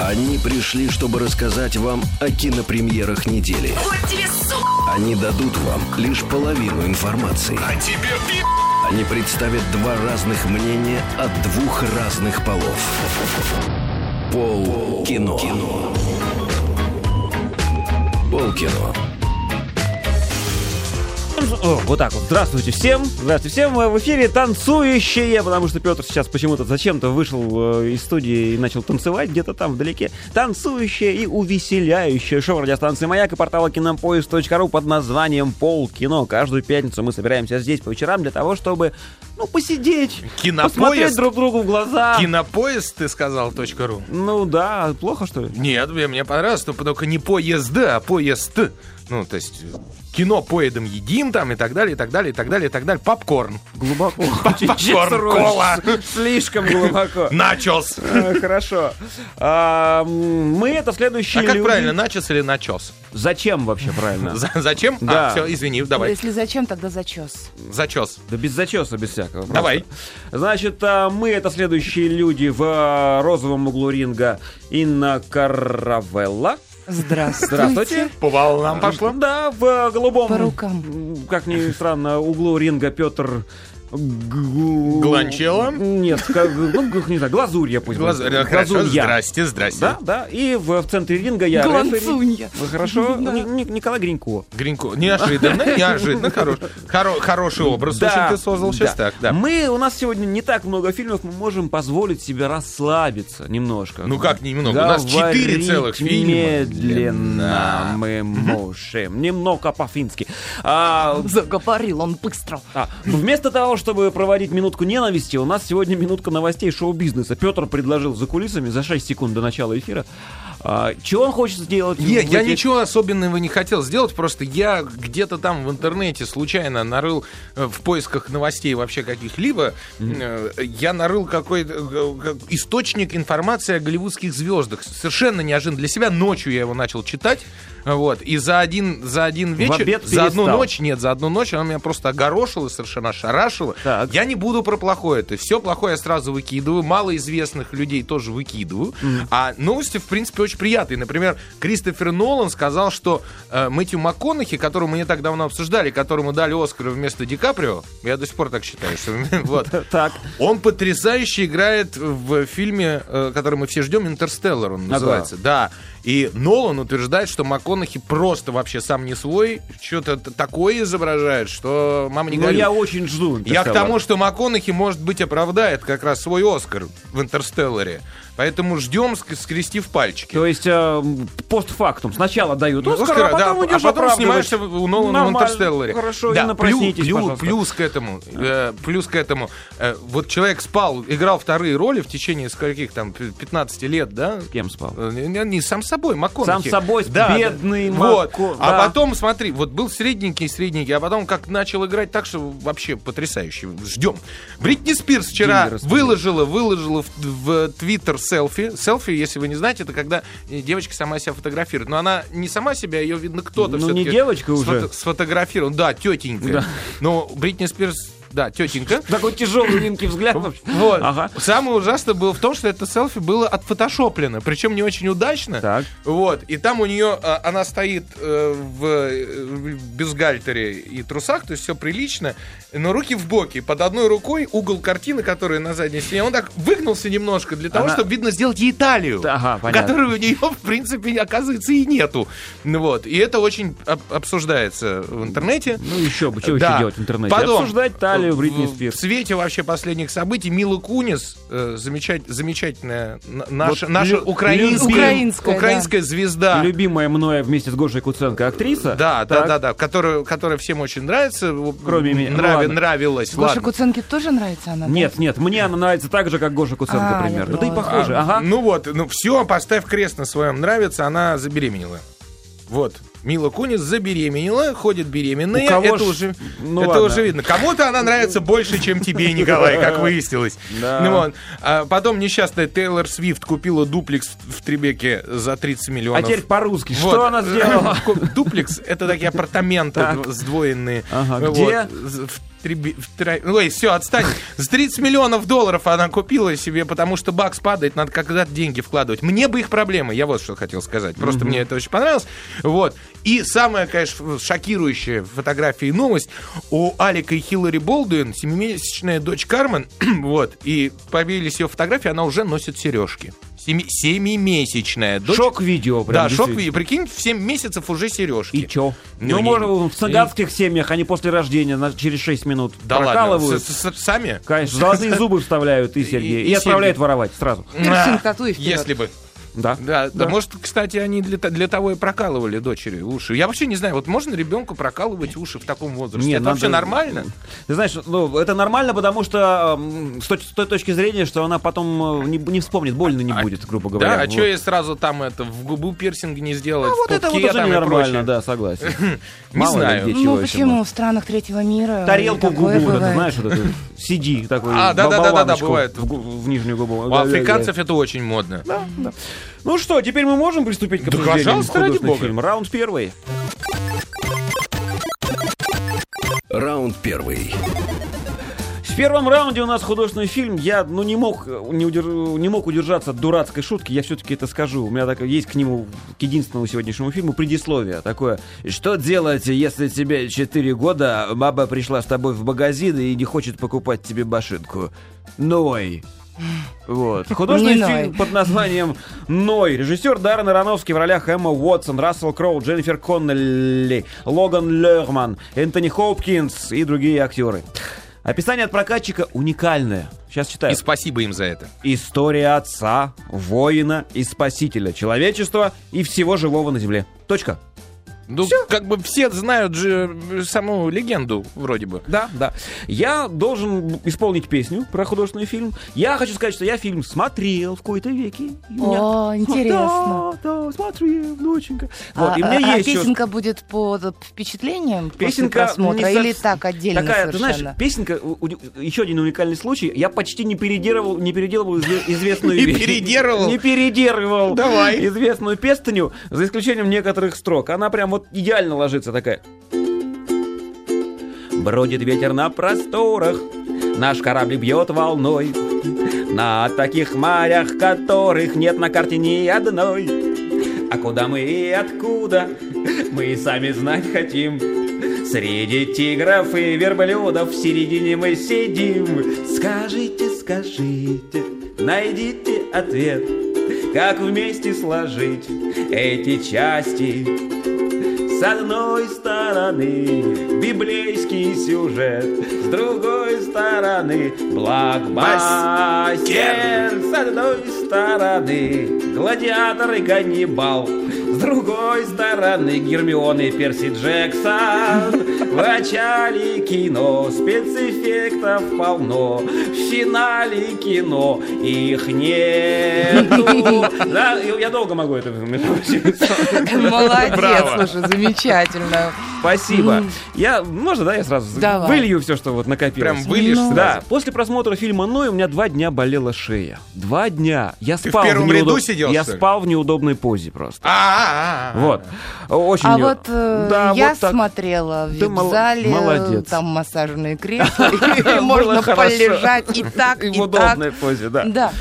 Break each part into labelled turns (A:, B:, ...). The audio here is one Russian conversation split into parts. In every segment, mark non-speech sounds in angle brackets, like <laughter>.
A: Они пришли, чтобы рассказать вам о кинопремьерах недели.
B: Вот тебе, сука!
A: Они дадут вам лишь половину информации.
C: А тебе пи***.
A: Они представят два разных мнения от двух разных полов. Пол кино. Пол кино.
D: О, вот так вот. Здравствуйте всем. Здравствуйте всем. В эфире танцующие, потому что Петр сейчас почему-то зачем-то вышел э, из студии и начал танцевать где-то там вдалеке. Танцующее и увеселяющее шоу радиостанции «Маяк» и портала кинопоиск.ру под названием «Полкино». Каждую пятницу мы собираемся здесь по вечерам для того, чтобы, ну, посидеть,
C: Кинопоиск.
D: посмотреть друг другу в глаза.
C: Кинопоезд, ты сказал, точка ру.
D: Ну да, плохо что ли?
C: Нет, мне мне понравилось, но только не поезда, а поезд. Ну, то есть кино поедом едим там и так далее, и так далее, и так далее, и так далее. Попкорн.
D: Глубоко.
C: Попкорн, кола,
D: Слишком глубоко.
C: начос.
D: Э, Хорошо. А, м, Мы это следующие
C: А как
D: люди.
C: правильно, начос или начос?
D: Зачем вообще правильно?
C: За- Зачем?
D: Да.
C: А, все, извини, давай.
B: Если зачем, тогда зачес.
C: Зачес.
D: Да без зачеса, без всякого. просто.
C: Давай.
D: Значит, а, мы это следующие люди в а, розовом углу ринга. Инна Каравелла.
B: Здравствуйте.
D: Здравствуйте.
C: По волнам пошло.
D: Да, в а, голубом...
B: По рукам.
D: м, Как ни странно, углу ринга Петр... Гу-
C: Гланчелло?
D: Нет, как, ну, как не знаю, глазурья пусть
C: Глаз-
D: будет.
C: э, Хорошо,
D: Глазунья.
C: здрасте, здрасте.
D: Да, да. И в, в центре ринга я... рефери.
B: Гланцунья.
D: Вы Хорошо.
B: Да.
D: Ни- Ни- Николай Гринько.
C: Гринько.
D: <laughs>
C: Неожиданно, неожиданно. хорош. Хоро- Хороший образ очень ты создал сейчас
D: да.
C: так, да.
D: Мы, у нас сегодня не так много фильмов, мы можем позволить себе расслабиться немножко.
C: Ну как немного? У нас четыре
D: Говорить
C: целых фильма.
D: медленно мы можем. Немного по-фински. А,
B: Заговорил он быстро.
D: а, вместо того, чтобы проводить минутку ненависти, у нас сегодня минутка новостей шоу-бизнеса. Петр предложил за кулисами за 6 секунд до начала эфира. а, чего он хочет сделать?
C: Не,
D: в
C: я
D: эти-
C: ничего особенного не хотел сделать, просто я где-то там в интернете случайно нарыл э, в поисках новостей вообще каких-либо, э, я нарыл какой-то э, как- источник информации о голливудских звездах. Совершенно неожиданно для себя. Ночью я его начал читать, вот, и за один, за один вечер,
D: обед
C: за одну
D: перестал.
C: ночь, нет, за одну ночь она меня просто огорошила, совершенно ошарашила.
D: Так.
C: Я не буду про плохое, то есть все плохое я сразу выкидываю, малоизвестных людей тоже выкидываю, а новости, в принципе, очень приятные. Например, Кристофер Нолан сказал, что э, Мэтью МакКонахи, которого мы не так давно обсуждали, которому дали Оскара вместо Ди Каприо, я до сих пор так считаю, что <laughs> вот,
D: Так,
C: он потрясающе играет в фильме, э, который мы все ждем, «Интерстеллар»
D: А,
C: он называется. Да. И Нолан утверждает, что МакКонахи просто вообще сам не свой, что-то т- такое изображает, что мама не
D: ну
C: горюй.
D: я очень жду.
C: Я к
D: «Интерстеллар».
C: тому, что МакКонахи, может быть, оправдает как раз свой «Оскар» в «Интерстелларе». Поэтому ждем, ск- скрестив пальчики.
D: То есть э, м, постфактум. Сначала дают
C: Ну,
D: Оскар,
C: Оскара,
D: а потом
C: да,
D: идешь
C: а потом
D: оправдывать.
C: снимаешься в- у Нолана в
D: Нормально,
C: «Интерстелларе».
D: Хорошо,
C: Да,
D: Инна,
C: плю-
D: проснитесь,
C: плю-
D: пожалуйста.
C: плюс к этому, э, плюс к этому, э, вот человек спал, играл вторые роли в течение скольких там, п- 15 лет, да?
D: С кем спал?
C: Э, Не, не, сам собой, МакКонахи.
D: Сам собой, бедный
C: Вот.
D: Макко-
C: А
D: да.
C: потом, смотри, вот был средненький, средненький, а потом как начал играть так, что вообще потрясающе. Ждем. Бритни Спирс вчера
D: Деньги распределить.
C: выложила, выложила в, в Твиттер селфи. Селфи, если вы не знаете, это когда э, девочка сама себя фотографирует. Но она не сама себя, ее видно кто-то
D: Ну, не
C: всё-таки
D: девочка уже.
C: сфото- Сфотографировал. Да, тетенька.
D: Да.
C: Но Бритни Спирс, да, тетенька.
D: Такой тяжелый Линки взгляд. вообще.
C: <laughs> Вот.
D: Ага.
C: Самое ужасное было в том, что это селфи было отфотошоплено, причем не очень удачно.
D: Так.
C: Вот. И там у нее а, она стоит э, в, э, в бюстгальтере и трусах, то есть все прилично, но руки в боки. Под одной рукой угол картины, которая на задней стене, он так выгнулся немножко для того,
D: Она-
C: чтобы видно сделать ей талию,
D: Да, ага, понятно.
C: которой у нее в принципе оказывается и нету. Ну Вот. И это очень об- обсуждается в интернете.
D: Ну еще бы, что
C: Да.
D: еще делать в интернете?
C: Потом,
D: Обсуждать талию Бритни
C: в- В
D: Спирс.
C: свете вообще последних событий Мила Кунис, э, замечать- замечательная на- наша,
D: Вот
C: наша
D: лю-
C: украинская,
B: лю- Украинская, да.
C: украинская звезда.
D: Любимая мною вместе с Гошей Куценко актриса.
C: Да, да,
D: Так.
C: да, да, которая, которая всем очень нравится. в-
D: Кроме меня.
C: нрави-
D: Ладно.
C: Нравилась.
B: Гоше
C: ладно.
B: Куценке тоже нравится она? да?
D: Нет, нет, мне она нравится так же, как Гоша Куценко
B: А, я
D: примерно. Да и
B: поняла.
D: похоже,
C: А,
D: ага.
C: Ну вот, ну все, поставь крест на своем нравится, она забеременела. Вот. Мила Кунис забеременела, ходит беременная.
D: У кого
C: это
D: ж-
C: уже,
D: ну
C: это
D: ладно.
C: уже видно. Кому-то она нравится больше,
D: <laughs>
C: чем тебе, Николай, как выяснилось.
D: Да.
C: Ну вот. А потом несчастная Тейлор Свифт купила дуплекс в- в Требеке за 30
D: А
C: миллионов.
D: теперь по-русски.
C: ну, Вот.
D: Что
C: <laughs>
D: она сделала?
C: Ку- Дуплекс — это такие апартаменты
D: Так.
C: сдвоенные.
D: Ага,
C: Вот.
D: где?
C: З- В треби- в тра- Ой, все, отстань. За 30 миллионов долларов она купила себе, потому что бакс падает, надо когда-то деньги вкладывать. Мне бы их проблемы, я вот что хотел сказать. Просто мне это очень понравилось. Вот. И самая, конечно, шокирующая фотография и новость. У Алика и Хиллари Болдуин семимесячная дочь Кармен, <clears throat> вот, и появились ее фотографии, она уже носит сережки. Семи- Семимесячная дочь.
D: Шок-видео прям.
C: да, шок,
D: действительно.
C: и прикинь, в 7 месяцев уже сережки.
D: И чё?
C: Ну,
D: Ну,
C: не-
D: можно в цыганских семьях они после рождения на- через 6 минут
C: Да ладно,
D: прокалывают.
C: с- с- сами?
D: Конечно, золотые зубы вставляют и серьги.
C: И-
D: И,
C: и
D: отправляют
C: серьги.
D: воровать сразу.
B: Пирсинг,
C: Да.
B: тату и вперед.
C: Если бы.
D: Да.
C: Да, да, может, кстати, они для, то- для того и прокалывали дочери уши. Я вообще не знаю, вот можно ребенку прокалывать уши в таком возрасте?
D: Не,
C: это
D: надо-
C: вообще нормально?
D: Ты знаешь, ну, это нормально, потому что эм, с, точ- с той точки зрения, что она потом э, не, не вспомнит, больно не
C: А-
D: будет, грубо говоря.
C: Да, а
D: Вот.
C: что я сразу там это в губу пирсинг не сделать?
D: А
C: в
D: вот это вот
C: пупке
D: уже
C: там и
D: нормально,
C: прочее?
D: да, согласен.
C: <laughs> Не
D: Мало ли
C: знаю.
D: где чего
B: Ну
D: еще
B: почему
D: может.
B: в странах третьего мира?
D: Тарелку в
B: такое
D: губу, вот это,
B: бывает?
D: знаешь, вот это, сиди такой,
C: А, да-да-да-да,
D: болваночку
C: бывает.
D: В, гу- в нижнюю губу.
C: У
D: Да-да-да.
C: африканцев это очень модно.
D: Да, да. Ну что, теперь мы можем приступить к
C: Да,
D: обсуждению
C: пожалуйста, ради
D: художественных
C: бога.
D: фильмов? Раунд первый.
A: Раунд первый.
D: В первом раунде у нас художественный фильм. Я, ну, не мог, э, не, удер- не мог удержаться от дурацкой шутки. Я все-таки это скажу. У меня так, есть к нему, к единственному сегодняшнему фильму предисловие такое. Что делать, если тебе 4 года, а баба пришла с тобой в магазин и не хочет покупать тебе башинку? Ной. Вот. Художественный
B: <laughs> Не ной.
D: фильм под названием «Ной». Режиссер Даррен Аронофский в ролях Эмма Уотсон, Рассел Кроу, Дженнифер Коннелли, Логан Лерман, Энтони Хопкинс и другие актеры. Описание от прокатчика уникальное. Сейчас читаю.
C: И спасибо им за это.
D: История отца, воина и спасителя человечества и всего живого на земле. Точка.
C: Ну, как бы все знают же э, саму легенду, вроде бы.
D: Да, да. Я должен исполнить песню про художественный фильм. Я хочу сказать, что я фильм смотрел в какой-то веке. И у меня-
B: О, интересно.
D: Да, да, смотрел, доченька.
B: а,
D: Вот, и у
B: а-
D: меня
B: а
D: есть чё-
B: песенка будет под впечатлением
D: Песенка
B: после просмотра
D: не
B: или
D: совсем-
B: так отдельно
D: такая,
B: совершенно?
D: ты <laughs> знаешь, песенка, еще один уникальный случай, я почти не переделывал, не переделывал изв- известную...
C: Не
D: вещь.
C: передерывал?
D: Не передерывал.
C: Давай.
D: Известную песню, за исключением некоторых строк. Она прям вот идеально ложится такая. Бродит ветер на просторах, наш корабль бьет волной. На таких морях, которых нет на карте ни одной. А куда мы и откуда, мы и сами знать хотим. Среди тигров и верблюдов в середине мы сидим. Скажите, скажите, найдите ответ, как вместе сложить эти части. С одной стороны библейский сюжет, с другой стороны блокбастер. С одной стороны гладиатор и Ганнибал, с другой стороны Гермион и Перси Джексон. В начале кино спецэффектов полно, в финале кино их нету. Да, я долго могу это между прочим,
B: Молодец,
C: Браво.
B: слушай, замечательно.
D: Спасибо. Я, можно, да, я сразу
B: Давай.
D: вылью все, что вот накопилось.
C: Прям выльешь
B: Ну.
D: Да,
C: сразу.
D: после просмотра фильма «Ной» у меня два дня болела шея. Два дня. Я
C: Ты в
D: спал
C: первом ряду
D: неудоб-
C: сидел,
D: Я
C: что ли?
D: спал в неудобной позе просто.
C: А, а, а, а.
D: Вот. Очень
B: А
D: не-
B: вот э,
D: Да,
B: я
D: вот так.
B: смотрела в
D: Да мол-
B: вип-зале,
D: молодец.
B: там массажные кресла,
D: <laughs>
B: и
D: Было
B: можно
D: хорошо.
B: полежать и так,
D: И
B: и
D: в
B: так.
D: удобной позе, да.
B: Да.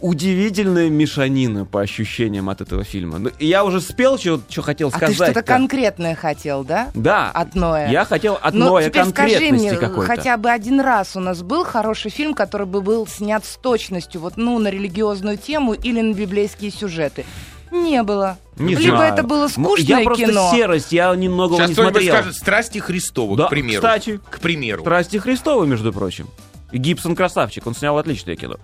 D: Удивительная мешанина по ощущениям от этого фильма. Ну, Я уже спел, что хотел
B: А
D: сказать.
B: ты что-то конкретное хотел, да?
D: Да.
B: От Ноя?
D: Я хотел от
B: Ну,
D: Ноя
B: теперь скажи
D: конкретности
B: мне,
D: какой-то.
B: хотя бы один раз у нас был хороший фильм, который бы был снят с точностью, вот, ну, на религиозную тему или на библейские сюжеты. Не было.
D: Не
B: Либо
D: знаю.
B: это было
D: Ну,
B: скучное
D: Я просто
B: кино.
D: серость, я немного его
C: Сейчас
D: не
C: кто-нибудь
D: смотрел.
C: скажет «Страсти Христовы»,
D: Да,
C: к примеру.
D: кстати.
C: К примеру.
D: Страсти Христовы, между прочим. И Гибсон красавчик, он снял отличное кино.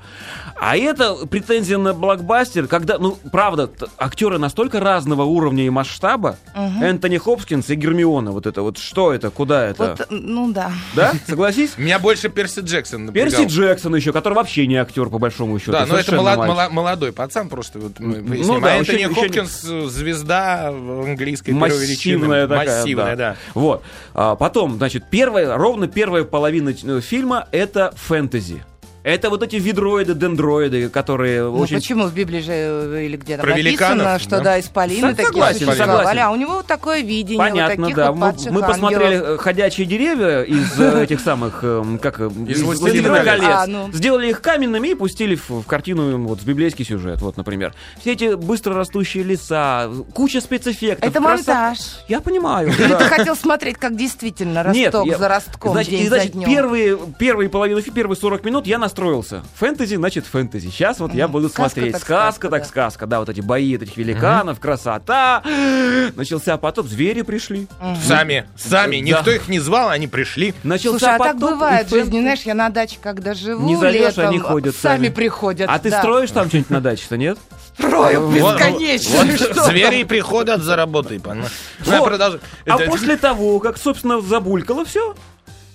D: А это претензия на блокбастер, когда, ну, правда, т- актеры настолько разного уровня и масштаба.
B: Мгм.
D: Энтони Хопкинс и Гермиона, вот это вот, что это, куда это?
B: Вот, ну да. <laughs>
D: Да, согласись?
C: Меня больше Перси Джексон напрягал.
D: Перси Джексон еще, который вообще не актер, по большому счету.
C: Да, но это
D: совершенно
C: мала-
D: мальчик.
C: мала- молодой пацан просто. Вот мы
D: Ну
C: поясним.
D: да,
C: а
D: еще-
C: Энтони
D: еще не-
C: Хопкинс э, звезда в английской первой величины.
D: массивная такая,
C: Массивная, да.
D: Вот. А, потом, значит, первая, ровно первая половина ч- э, фильма это фэнтези. Это вот эти ведроиды, дендроиды, которые
B: Ну,
D: очень...
B: почему в Библии же э, или где там
C: Про
B: написано,
C: великанов,
B: что
C: да.
B: да, исполины
D: Сог-
B: такие
D: Ну, согласен,
B: существовали,
D: согласен.
B: а у него вот такое видение,
D: Понятно,
B: вот таких
D: да.
B: вот
D: Мы-
B: падших
D: мы,
B: ангелов.
D: посмотрели э, ходячие деревья из
B: <laughs>
D: э, этих самых, эм, как э,
C: Из «Властелина
D: «Властелина
C: колец».
B: А, ну.
D: сделали их каменными и пустили в, в картину им вот с библейский сюжет, вот, например. Все эти быстро растущие леса, куча спецэффектов.
B: Это
D: краса-
B: монтаж. <laughs>
D: Я понимаю.
B: Или
D: да.
B: ты хотел смотреть, как действительно росток
D: я-
B: за ростком,
D: значит,
B: день
D: и, значит,
B: за днем?
D: первые, первые половину, фи- первые 40 минут я настроился. Фэнтези, значит, фэнтези. Сейчас вот я
B: Мгм.
D: буду
B: Сказка
D: смотреть.
B: так
D: сказка,
B: сказка,
D: так
B: да.
D: сказка. Да, вот эти бои вот этих великанов, красота. <gasps> Начался потоп, звери пришли.
C: Сами, сами.
D: Да.
C: Никто их не звал, они пришли.
D: Начался
B: Слушай, а так
D: потоп, и
B: бывает в
D: фэн-
B: жизни, знаешь, я на даче, когда живу,
D: Не зальешь,
B: летом,
D: они ходят сами.
B: приходят.
D: А ты
B: да.
D: строишь там что-нибудь на даче-то, нет?
B: Строю
C: Вот-
B: Ну, бесконечно.
C: вот
B: ты что?
C: звери приходят за работой, понимаешь? Ну, я
D: Вот.
C: продолжу.
D: А
C: Это-
D: после того, как, собственно, забулькало все,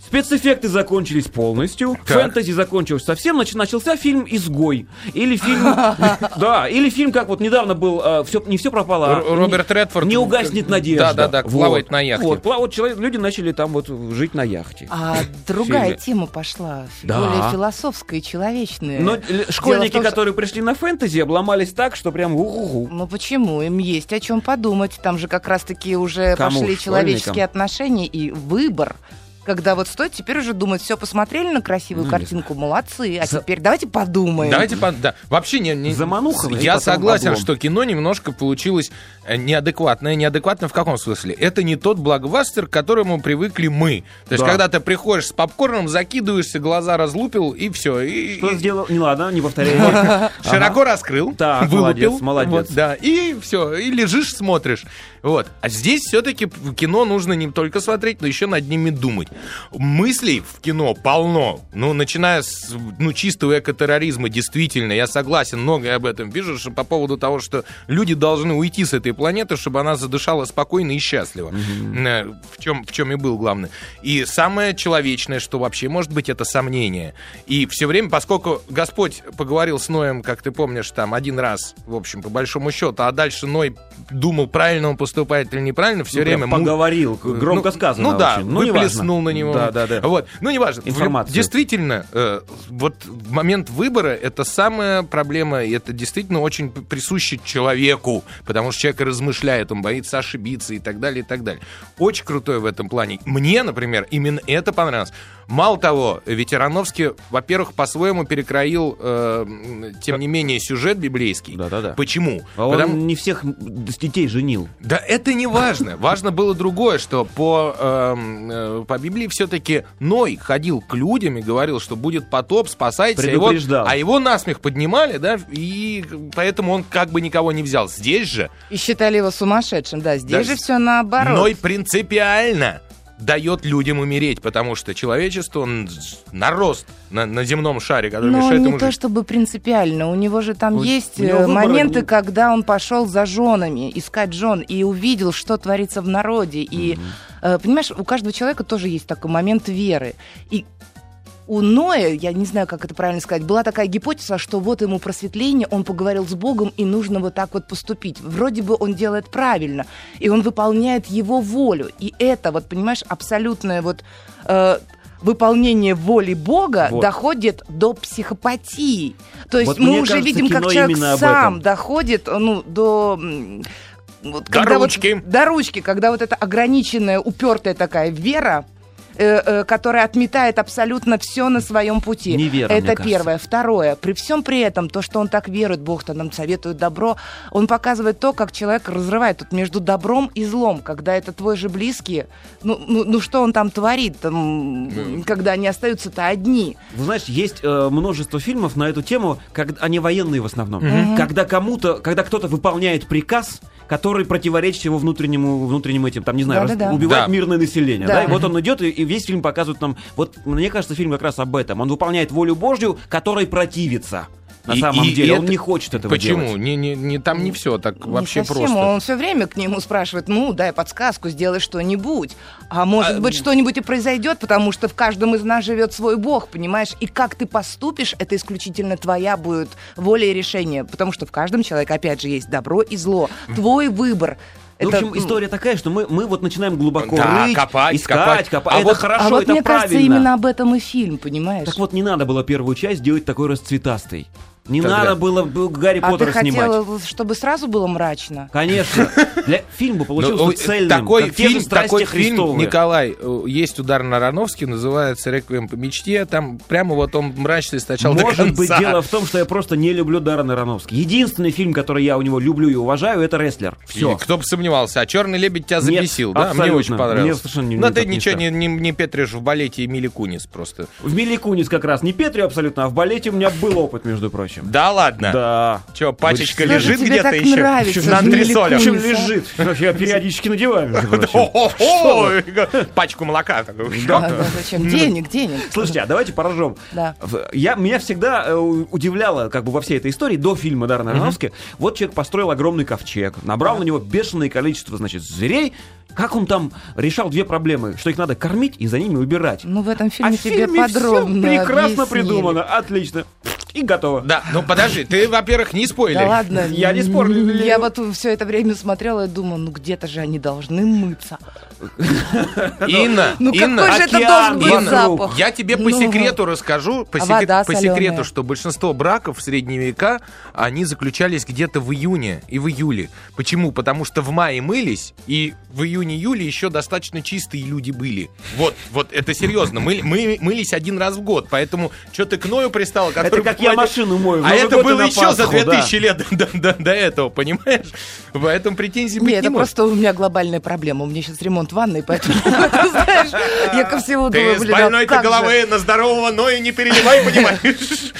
D: спецэффекты закончились полностью,
C: Так.
D: фэнтези закончилось совсем, нач- начался фильм «Изгой». Или
C: <laughs>
D: фильм... Да, или фильм, как вот недавно был... э, всё- Не все пропало. а
C: Р- Роберт
D: не-
C: Редфорд.
D: Не угаснет надежда.
C: Да-да-да,
D: Вот.
C: плавает на яхте.
D: Вот, плавают человек, люди начали там вот жить на яхте.
B: А другая
D: Сильно.
B: тема пошла,
D: Да. Ну,
B: более философская и человечная.
D: Но л- школьники,
B: том, что-
D: которые пришли на фэнтези, обломались так, что прям уху
B: Ну почему? Им есть о чем подумать. Там же как раз-таки уже
D: Кому?
B: пошли
D: Школьникам?
B: человеческие отношения и выбор. Когда вот стоит теперь уже думать, все, посмотрели на красивую
D: Ну, не
B: картинку, молодцы, а
D: За-
B: теперь давайте подумаем.
C: Давайте, по- да. Вообще не, не-
D: Замануха, и
C: Я
D: потом
C: согласен,
D: облом.
C: что кино немножко получилось э, неадекватное. Неадекватно в каком смысле? Это не тот блокбастер, к которому привыкли мы. То есть,
D: Да.
C: когда ты приходишь с попкорном, закидываешься, глаза разлупил и все. И,
D: Что
C: и
D: сделал? Не ладно, не повторяй.
C: <laughs> широко раскрыл,
D: Так,
C: <laughs> вылупил,
D: молодец, молодец.
C: Вот, да, и все, и лежишь, смотришь. Вот. А здесь все-таки кино нужно не только смотреть, но еще над ними думать. Мыслей в кино полно. Ну, начиная с ну, чистого экотерроризма, действительно, я согласен, многое об этом вижу, что по поводу того, что люди должны уйти с этой планеты, чтобы она задышала спокойно и счастливо. Э, В чем, в чем и был главное. И самое человечное, что вообще может быть, это сомнение. И все время, поскольку Господь поговорил с Ноем, как ты помнишь, там один раз, в общем, по большому счету, а дальше Ной думал, правильно он поступает или неправильно, все
D: Ну, прям
C: время... му-
D: поговорил, громко
C: ну,
D: сказано.
C: Ну да,
D: очень. ну, неважно.
C: выплеснул на него.
D: Да, да, да.
C: Вот. Ну, неважно. В лю-
D: Информацию.
C: Действительно, э, вот в момент выбора это самая проблема, и это действительно очень п- присуще человеку, потому что человек размышляет, он боится ошибиться и так далее, и так далее. Очень крутое в этом плане. Мне, например, именно это понравилось. Мало того, Ветерановский, во-первых, по-своему перекроил, э, м, тем не менее, сюжет библейский.
D: Да-да-да.
C: Почему?
D: А он
C: Потому-
D: не всех м, детей женил.
C: да это не важно. Важно было другое, что по, эм, э, по Библии все-таки Ной ходил к людям и говорил, что будет потоп, спасайте. а его-
D: Предупреждал.
C: А его насмех поднимали, да, и поэтому он как бы никого не взял. Здесь же
B: И считали его сумасшедшим, да, здесь
C: Да,
B: же
C: с-
B: все наоборот.
C: Ной принципиально дает людям умереть, потому что человечество, он с- нарост на, на земном шаре, который
B: Но
C: мешает
B: не
C: ему
B: то
C: жить. Ну,
B: чтобы принципиально. У него же там
D: У-
B: есть
D: у него
B: э,
D: выбора
B: моменты,
D: нет.
B: когда он пошел за женами, искать жен, и увидел, что творится в народе. И, э, понимаешь, у каждого человека тоже есть такой момент веры. И у Ноя, я не знаю, как это правильно сказать, была такая гипотеза, что вот ему просветление, он поговорил с Богом, и нужно вот так вот поступить. Вроде бы он делает правильно, и он выполняет его волю. И это, вот понимаешь, абсолютное вот э, выполнение воли Бога
D: Вот.
B: доходит до психопатии. То есть
D: Вот мне
B: мы уже
D: кажется,
B: видим, как
D: кино
B: человек
D: именно об
B: сам
D: этом.
B: доходит ну, до... м, вот
C: До
B: когда вот-
C: ручки.
B: до ручки, когда вот эта ограниченная, упертая такая вера, э, э, которая отметает абсолютно все на своем пути.
D: Не вера, мне
B: Это
D: кажется.
B: первое. Второе. При всем при этом, то, что он так верует, Бог-то нам советует добро, он показывает то, как человек разрывает тут между добром и злом, когда это твой же близкий. Ну, ну, ну что он там творит, там,
D: Ну.
B: когда они остаются-то одни.
D: Вы знаешь, есть э, множество фильмов на эту тему, как, они военные в основном. Когда кому-то, когда кто-то выполняет приказ, который противоречит его внутреннему, внутренним этим, там, не знаю,
B: Да-да-да.
D: раз- убивать
C: Да.
D: мирное население. Да.
B: Да.
D: И вот он идет, и, и весь фильм показывает нам, вот мне кажется, фильм как раз об этом. Он выполняет волю Божью, которой противится. На
C: И-
D: самом
C: и-
D: деле,
C: и
D: он
C: это-
D: не хочет этого
C: Почему?
D: делать.
C: Не, не, не, там не все так
B: Не
C: вообще
B: совсем.
C: просто.
B: Он все время к нему спрашивает, ну, дай подсказку, сделай что-нибудь. А может
C: А,
B: быть, что-нибудь и произойдет, потому что в каждом из нас живет свой бог, понимаешь? И как ты поступишь, это исключительно твоя будет воля и решение. Потому что в каждом человеке, опять же, есть добро и зло. Твой выбор.
D: Ну, в
B: Это,
D: общем,
B: м,
D: история такая, что мы, мы вот начинаем глубоко
C: Да,
D: рыть,
C: копать,
D: искать,
C: копать.
D: копать.
C: А
D: это
C: вот-
D: хорошо,
B: а вот
D: это
B: мне
D: правильно.
B: кажется, именно об этом и фильм, понимаешь?
D: Так вот, не надо было первую часть делать такой расцветастой. Не
C: Тогда-
D: надо было б- Гарри
B: а ты
D: Поттера снимать.
B: хотела, чтобы сразу было мрачно?
D: Конечно. Для... Фильм бы получился
C: Ну, э,
D: цельным.
C: Такой
D: как те же
C: фильм,
D: «Страсти
C: такой фильм,
D: Христовы».
C: Николай, э, есть удар на Рановский, называется «Реквием по мечте». Там прямо вот он мрачный сначала до
D: Может быть,
C: конца.
D: дело в том, что я просто не люблю Даррена Аронофски. Единственный фильм, который я у него люблю и уважаю, это «Рестлер».
C: И
D: Все.
C: Кто бы сомневался, а черный лебедь тебя
D: Нет,
C: забесил, да? Мне
D: абсолютно.
C: очень понравилось.
D: Мне совершенно не-
C: Но
D: не
C: ты
D: так не
C: ничего
D: стало.
C: не, не, не петришь в балете Эмили Кунис просто.
D: В «Милли Кунис» как раз не Петрю абсолютно, а в балете у меня был опыт, между прочим.
C: Да ладно.
D: Да.
C: Че, пачечка
B: Слушай,
C: лежит
B: тебе
C: где-то
B: так
C: еще?
B: нравится
C: на
B: Эмили Кунис.
C: антресолях.
D: Чем лежит? Я периодически надеваю,
C: <laughs>
D: между прочим.
C: О-о-о! <laughs> Пачку молока. такую.
B: А, да, зачем? Денег, денег.
D: Слушайте, а давайте поражем.
B: Да.
D: В- Я, меня всегда э, у- удивляло, как бы во всей этой истории, до фильма Даррена Аронофски, вот человек построил огромный ковчег, набрал на него бешеное количество, значит, зверей. Как он там решал две проблемы, что их надо кормить и за ними убирать?
B: Ну, в этом
D: а
B: фильме
D: в
B: тебе
D: фильме
B: подробно
D: все прекрасно
B: объяснили.
D: придумано, отлично. И готово.
C: Да, ну подожди, ты, во-первых, не спойлер.
B: Да
C: <laughs>
B: ладно.
D: Я не спорю.
B: Я вот все это время смотрела и думала, ну где-то же они должны мыться.
C: Инна,
B: Ну
C: Инна,
B: какой же это
D: океан
B: должен быть
C: вокруг.
B: запах?
C: Я тебе по
B: Ну.
C: секрету расскажу, по,
B: А
C: секре-
B: вода
C: по
B: солёная?
C: секрету, что большинство браков в средние века, они заключались где-то в июне и в июле. Почему? Потому что в мае мылись, и в июне-июле еще достаточно чистые люди были. Вот, вот это серьезно. Мы, мы мылись один раз в год, поэтому что ты к Ною пристала?
D: Это
C: который
D: как я
C: буквально-
D: машину мою. в
C: А
D: Новый
C: это
D: год и
C: было
D: на
C: еще за
D: Пасху, да.
C: 2000 лет до, до- до этого, понимаешь? Поэтому претензий быть
B: Не,
C: не,
B: это
C: может.
B: просто у меня глобальная проблема. У меня сейчас ремонт ванной, поэтому, <laughs> знаешь, я ко всему думаю,
C: Ты с
B: блин, а
C: больной-то
B: как же?
C: головы на здорового Ноя не переливай, понимаешь?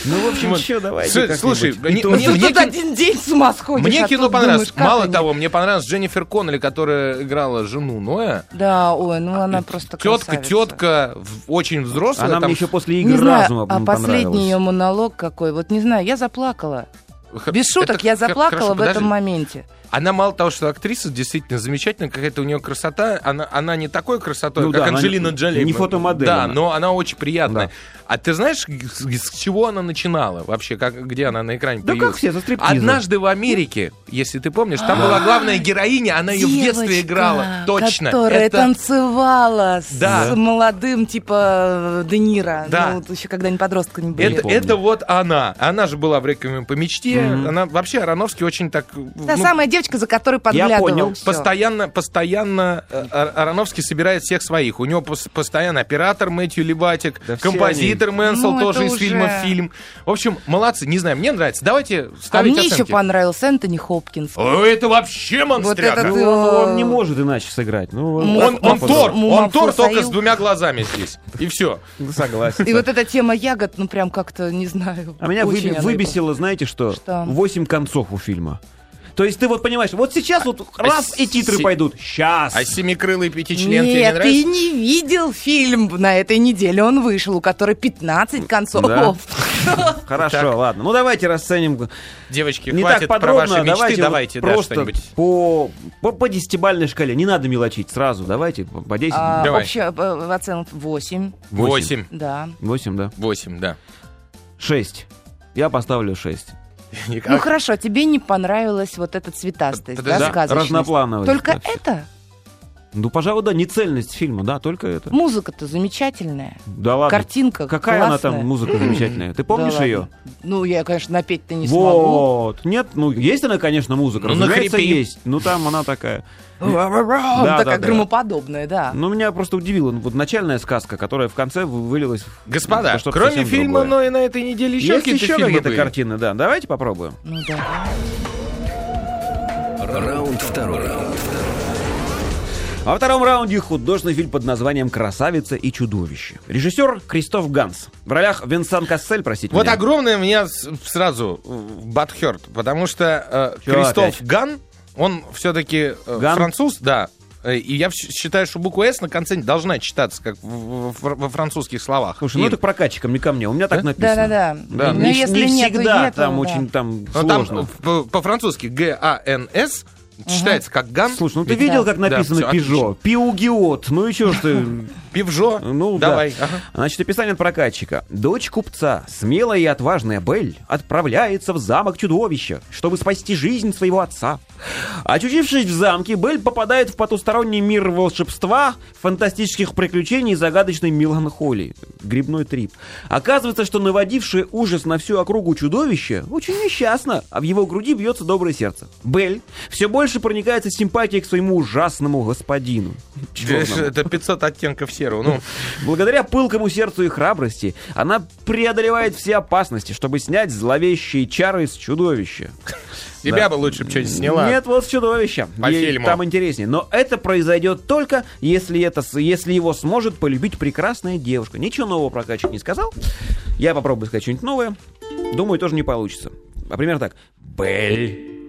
D: Ну, в общем,
C: Вот.
D: еще давайте
C: Слушай,
D: как-нибудь.
C: слушай,
D: И
C: не-
D: то-
B: Ну,
C: не-
B: ты
C: мне
B: тут
C: кин-
B: один день с ума сходишь.
C: Мне
B: а
C: кино
B: тут
C: понравилось.
B: думаешь, как
C: Мало
B: они?
C: того, мне понравилась Дженнифер Коннелли, которая играла жену Ноя.
B: Да, ой, ну она просто
C: Тетка,
B: красавица.
C: тетка, в- очень взрослая.
D: Она
C: там
D: мне еще после
B: Не
D: игр
B: знаю,
D: разума
B: а
D: м,
B: последний ее
D: понравилась.
B: монолог какой, вот не знаю, я заплакала.
C: х-
B: Без шуток,
C: это
B: я
C: х-
B: заплакала
C: хорошо,
B: в этом
C: подожди.
B: моменте.
C: Она мало того, что актриса действительно замечательная, какая-то у нее красота, она, она не такой красотой,
D: Ну
C: как
D: да, она
C: Анджелина
D: не-
C: Джоли.
D: не фотомодель
C: Да,
D: она.
C: но она очень приятная.
D: Да.
C: А ты знаешь, с, с чего она начинала вообще, как, где она на экране
D: Да как
C: появилась?
D: все, за стриптизом.
C: Однажды в Америке, если ты помнишь, там была главная героиня, она ее в детстве
B: А, Девочка,
C: играла. Точно.
B: Которая
C: Это-
B: танцевала с
C: Да.
B: молодым, типа, Де Ниро.
C: Да.
B: Ну, вот еще когда они подростками были.
C: Это,
D: помню.
C: это вот она. Она же была в «Реквиеме по мечте». Она вообще Ароновский очень так...
B: Та
C: ну,
B: самая девочка, за которой подглядывал.
D: понял.
B: Всё.
C: Постоянно, постоянно э, Ар- Ароновский собирает всех своих. У него пос- постоянно оператор Мэтью Лебатик,
D: Да все
C: композитор Мэнсел
B: Ну, это
C: тоже из
B: уже-
C: фильма в фильм. В общем, молодцы. Не знаю, мне нравится. Давайте
B: А
C: ставить
B: мне еще
C: оценки.
B: понравился Энтони Хопкинс.
C: О, это вообще монстряга.
B: этот-
D: Ну, он, он не
B: Э,
D: может иначе сыграть. Ну,
C: Он, он
D: папа, да.
C: Тор,
B: Муфа
C: он Тор только
B: Саил.
C: с двумя глазами здесь. И все.
D: Ну, Согласен.
B: И вот эта тема ягод, ну, прям как-то, не знаю.
D: А меня
B: очень
D: выби-
B: она
D: выбесило, знаете что?
B: Что?
D: Восемь концов у фильма. То есть ты вот понимаешь, вот сейчас вот раз
C: с-
D: и титры
C: А си-
D: пойдут. Сейчас.
C: А семикрылые пятичленки тебе не
B: Нет,
C: нравятся?
B: ты не видел фильм на этой неделе. Он вышел, у которой 15 концов.
D: Да. Хорошо, ладно. Ну давайте расценим.
C: Девочки,
D: Не
C: хватит
D: так
C: про ваши
D: подробно.
C: мечты. Давайте,
D: давайте вот
C: да,
D: просто
C: что-нибудь.
D: по, по, по десятибальной шкале. Не надо мелочить сразу. Давайте по по 10.
B: <laughs> А,
C: Давай.
B: Общая э, оценка 8,
C: Восемь.
B: да.
D: Восемь, да.
C: Восемь, да.
D: Шесть. Я поставлю шесть. а
C: А,
B: Ну хорошо, тебе не понравилась вот эта цветастость, да,
C: Подожди, да,
B: сказочность?
D: разноплановость,
B: Только
D: да, всё.
B: это?
D: Ну, пожалуй, да, не цельность фильма, да, только это.
B: Музыка-то замечательная.
D: Да ладно.
B: Картинка
D: Какая она
B: классная.
D: там музыка замечательная. Ты
B: Да
D: помнишь
B: ладно.
D: ее?
B: Ну, я, конечно, напеть-то не смогу.
D: Вот. Нет, ну есть она, конечно, музыка.
C: Ну,
D: разумеется,
C: нахрипи.
D: есть. Ну там она такая.
B: Да,
D: Да, да,
B: такая
D: да.
B: Ну, громоподобная, да.
D: Ну, меня просто удивила ну, вот начальная сказка, которая в конце вы- вылилась в
C: Господа,
D: во что-то
C: кроме
D: совсем
C: фильма,
D: другое.
C: но и на этой неделе еще
D: Есть
C: какие-то
D: еще
C: фильмы
D: какие-то
C: были?
D: картины, да. Давайте попробуем.
B: Ну да.
A: Раунд второй.
D: А Во втором раунде художественный фильм под названием «Красавица и чудовище». Режиссер Кристоф Ганс. В ролях Винсан Кассель, простите
C: Вот
D: меня.
C: огромное меня с- сразу батхерт, потому что э,
D: Чё
C: Кристоф
D: опять?
C: Ган, он все-таки
D: Ган?
C: француз, да. Э, И я щ- считаю, что буква «С» на конце не должна читаться, как в- в- в- во французских словах.
D: Слушай, ну
C: И-
D: это к прокатчикам, не ко мне. У меня так написано.
B: Да-да-да.
D: Да,
B: Ну,
D: не,
B: если
D: не
B: нету,
D: всегда
B: нету,
D: там
B: да.
D: очень там
C: но Ну, там
D: сложно.
C: в- по- по-французски «Г-А-Н-С» читается как «Ган».
D: Слушай, ну ты
B: Ведь да.
D: видел, как
C: Да,
D: написано
C: всё,
D: «Пежо»? «Пиугиот». Ну и чё ж ты...
C: Пивжо,
D: Ну, да.
C: давай. Ага.
D: Значит, описание от прокатчика. Дочь купца, смелая и отважная Белль, отправляется в замок чудовища, чтобы спасти жизнь своего отца. Очутившись в замке, Белль попадает в потусторонний мир волшебства, фантастических приключений и загадочной меланхолии. Грибной трип. Оказывается, что наводившее ужас на всю округу чудовище очень несчастно, а в его груди бьется доброе сердце. Белль все больше проникается симпатией к своему ужасному господину. Чёрному.
C: Э, Это 500 оттенков
D: <laughs>
C: серого. Ну,
D: Благодаря пылкому сердцу и храбрости она преодолевает все опасности, чтобы снять зловещие чары из чудовища.
C: тебя бы лучше бы что-нибудь сняла.
D: Нет, вот с чудовищем.
C: По
D: Ей
C: фильму.
D: Там интереснее. Но это произойдет только, если, это, с- если его сможет полюбить прекрасная девушка. Ничего нового прокачек не сказал. Я попробую сказать что-нибудь новое. Думаю, тоже не получится. Например, так. Бель.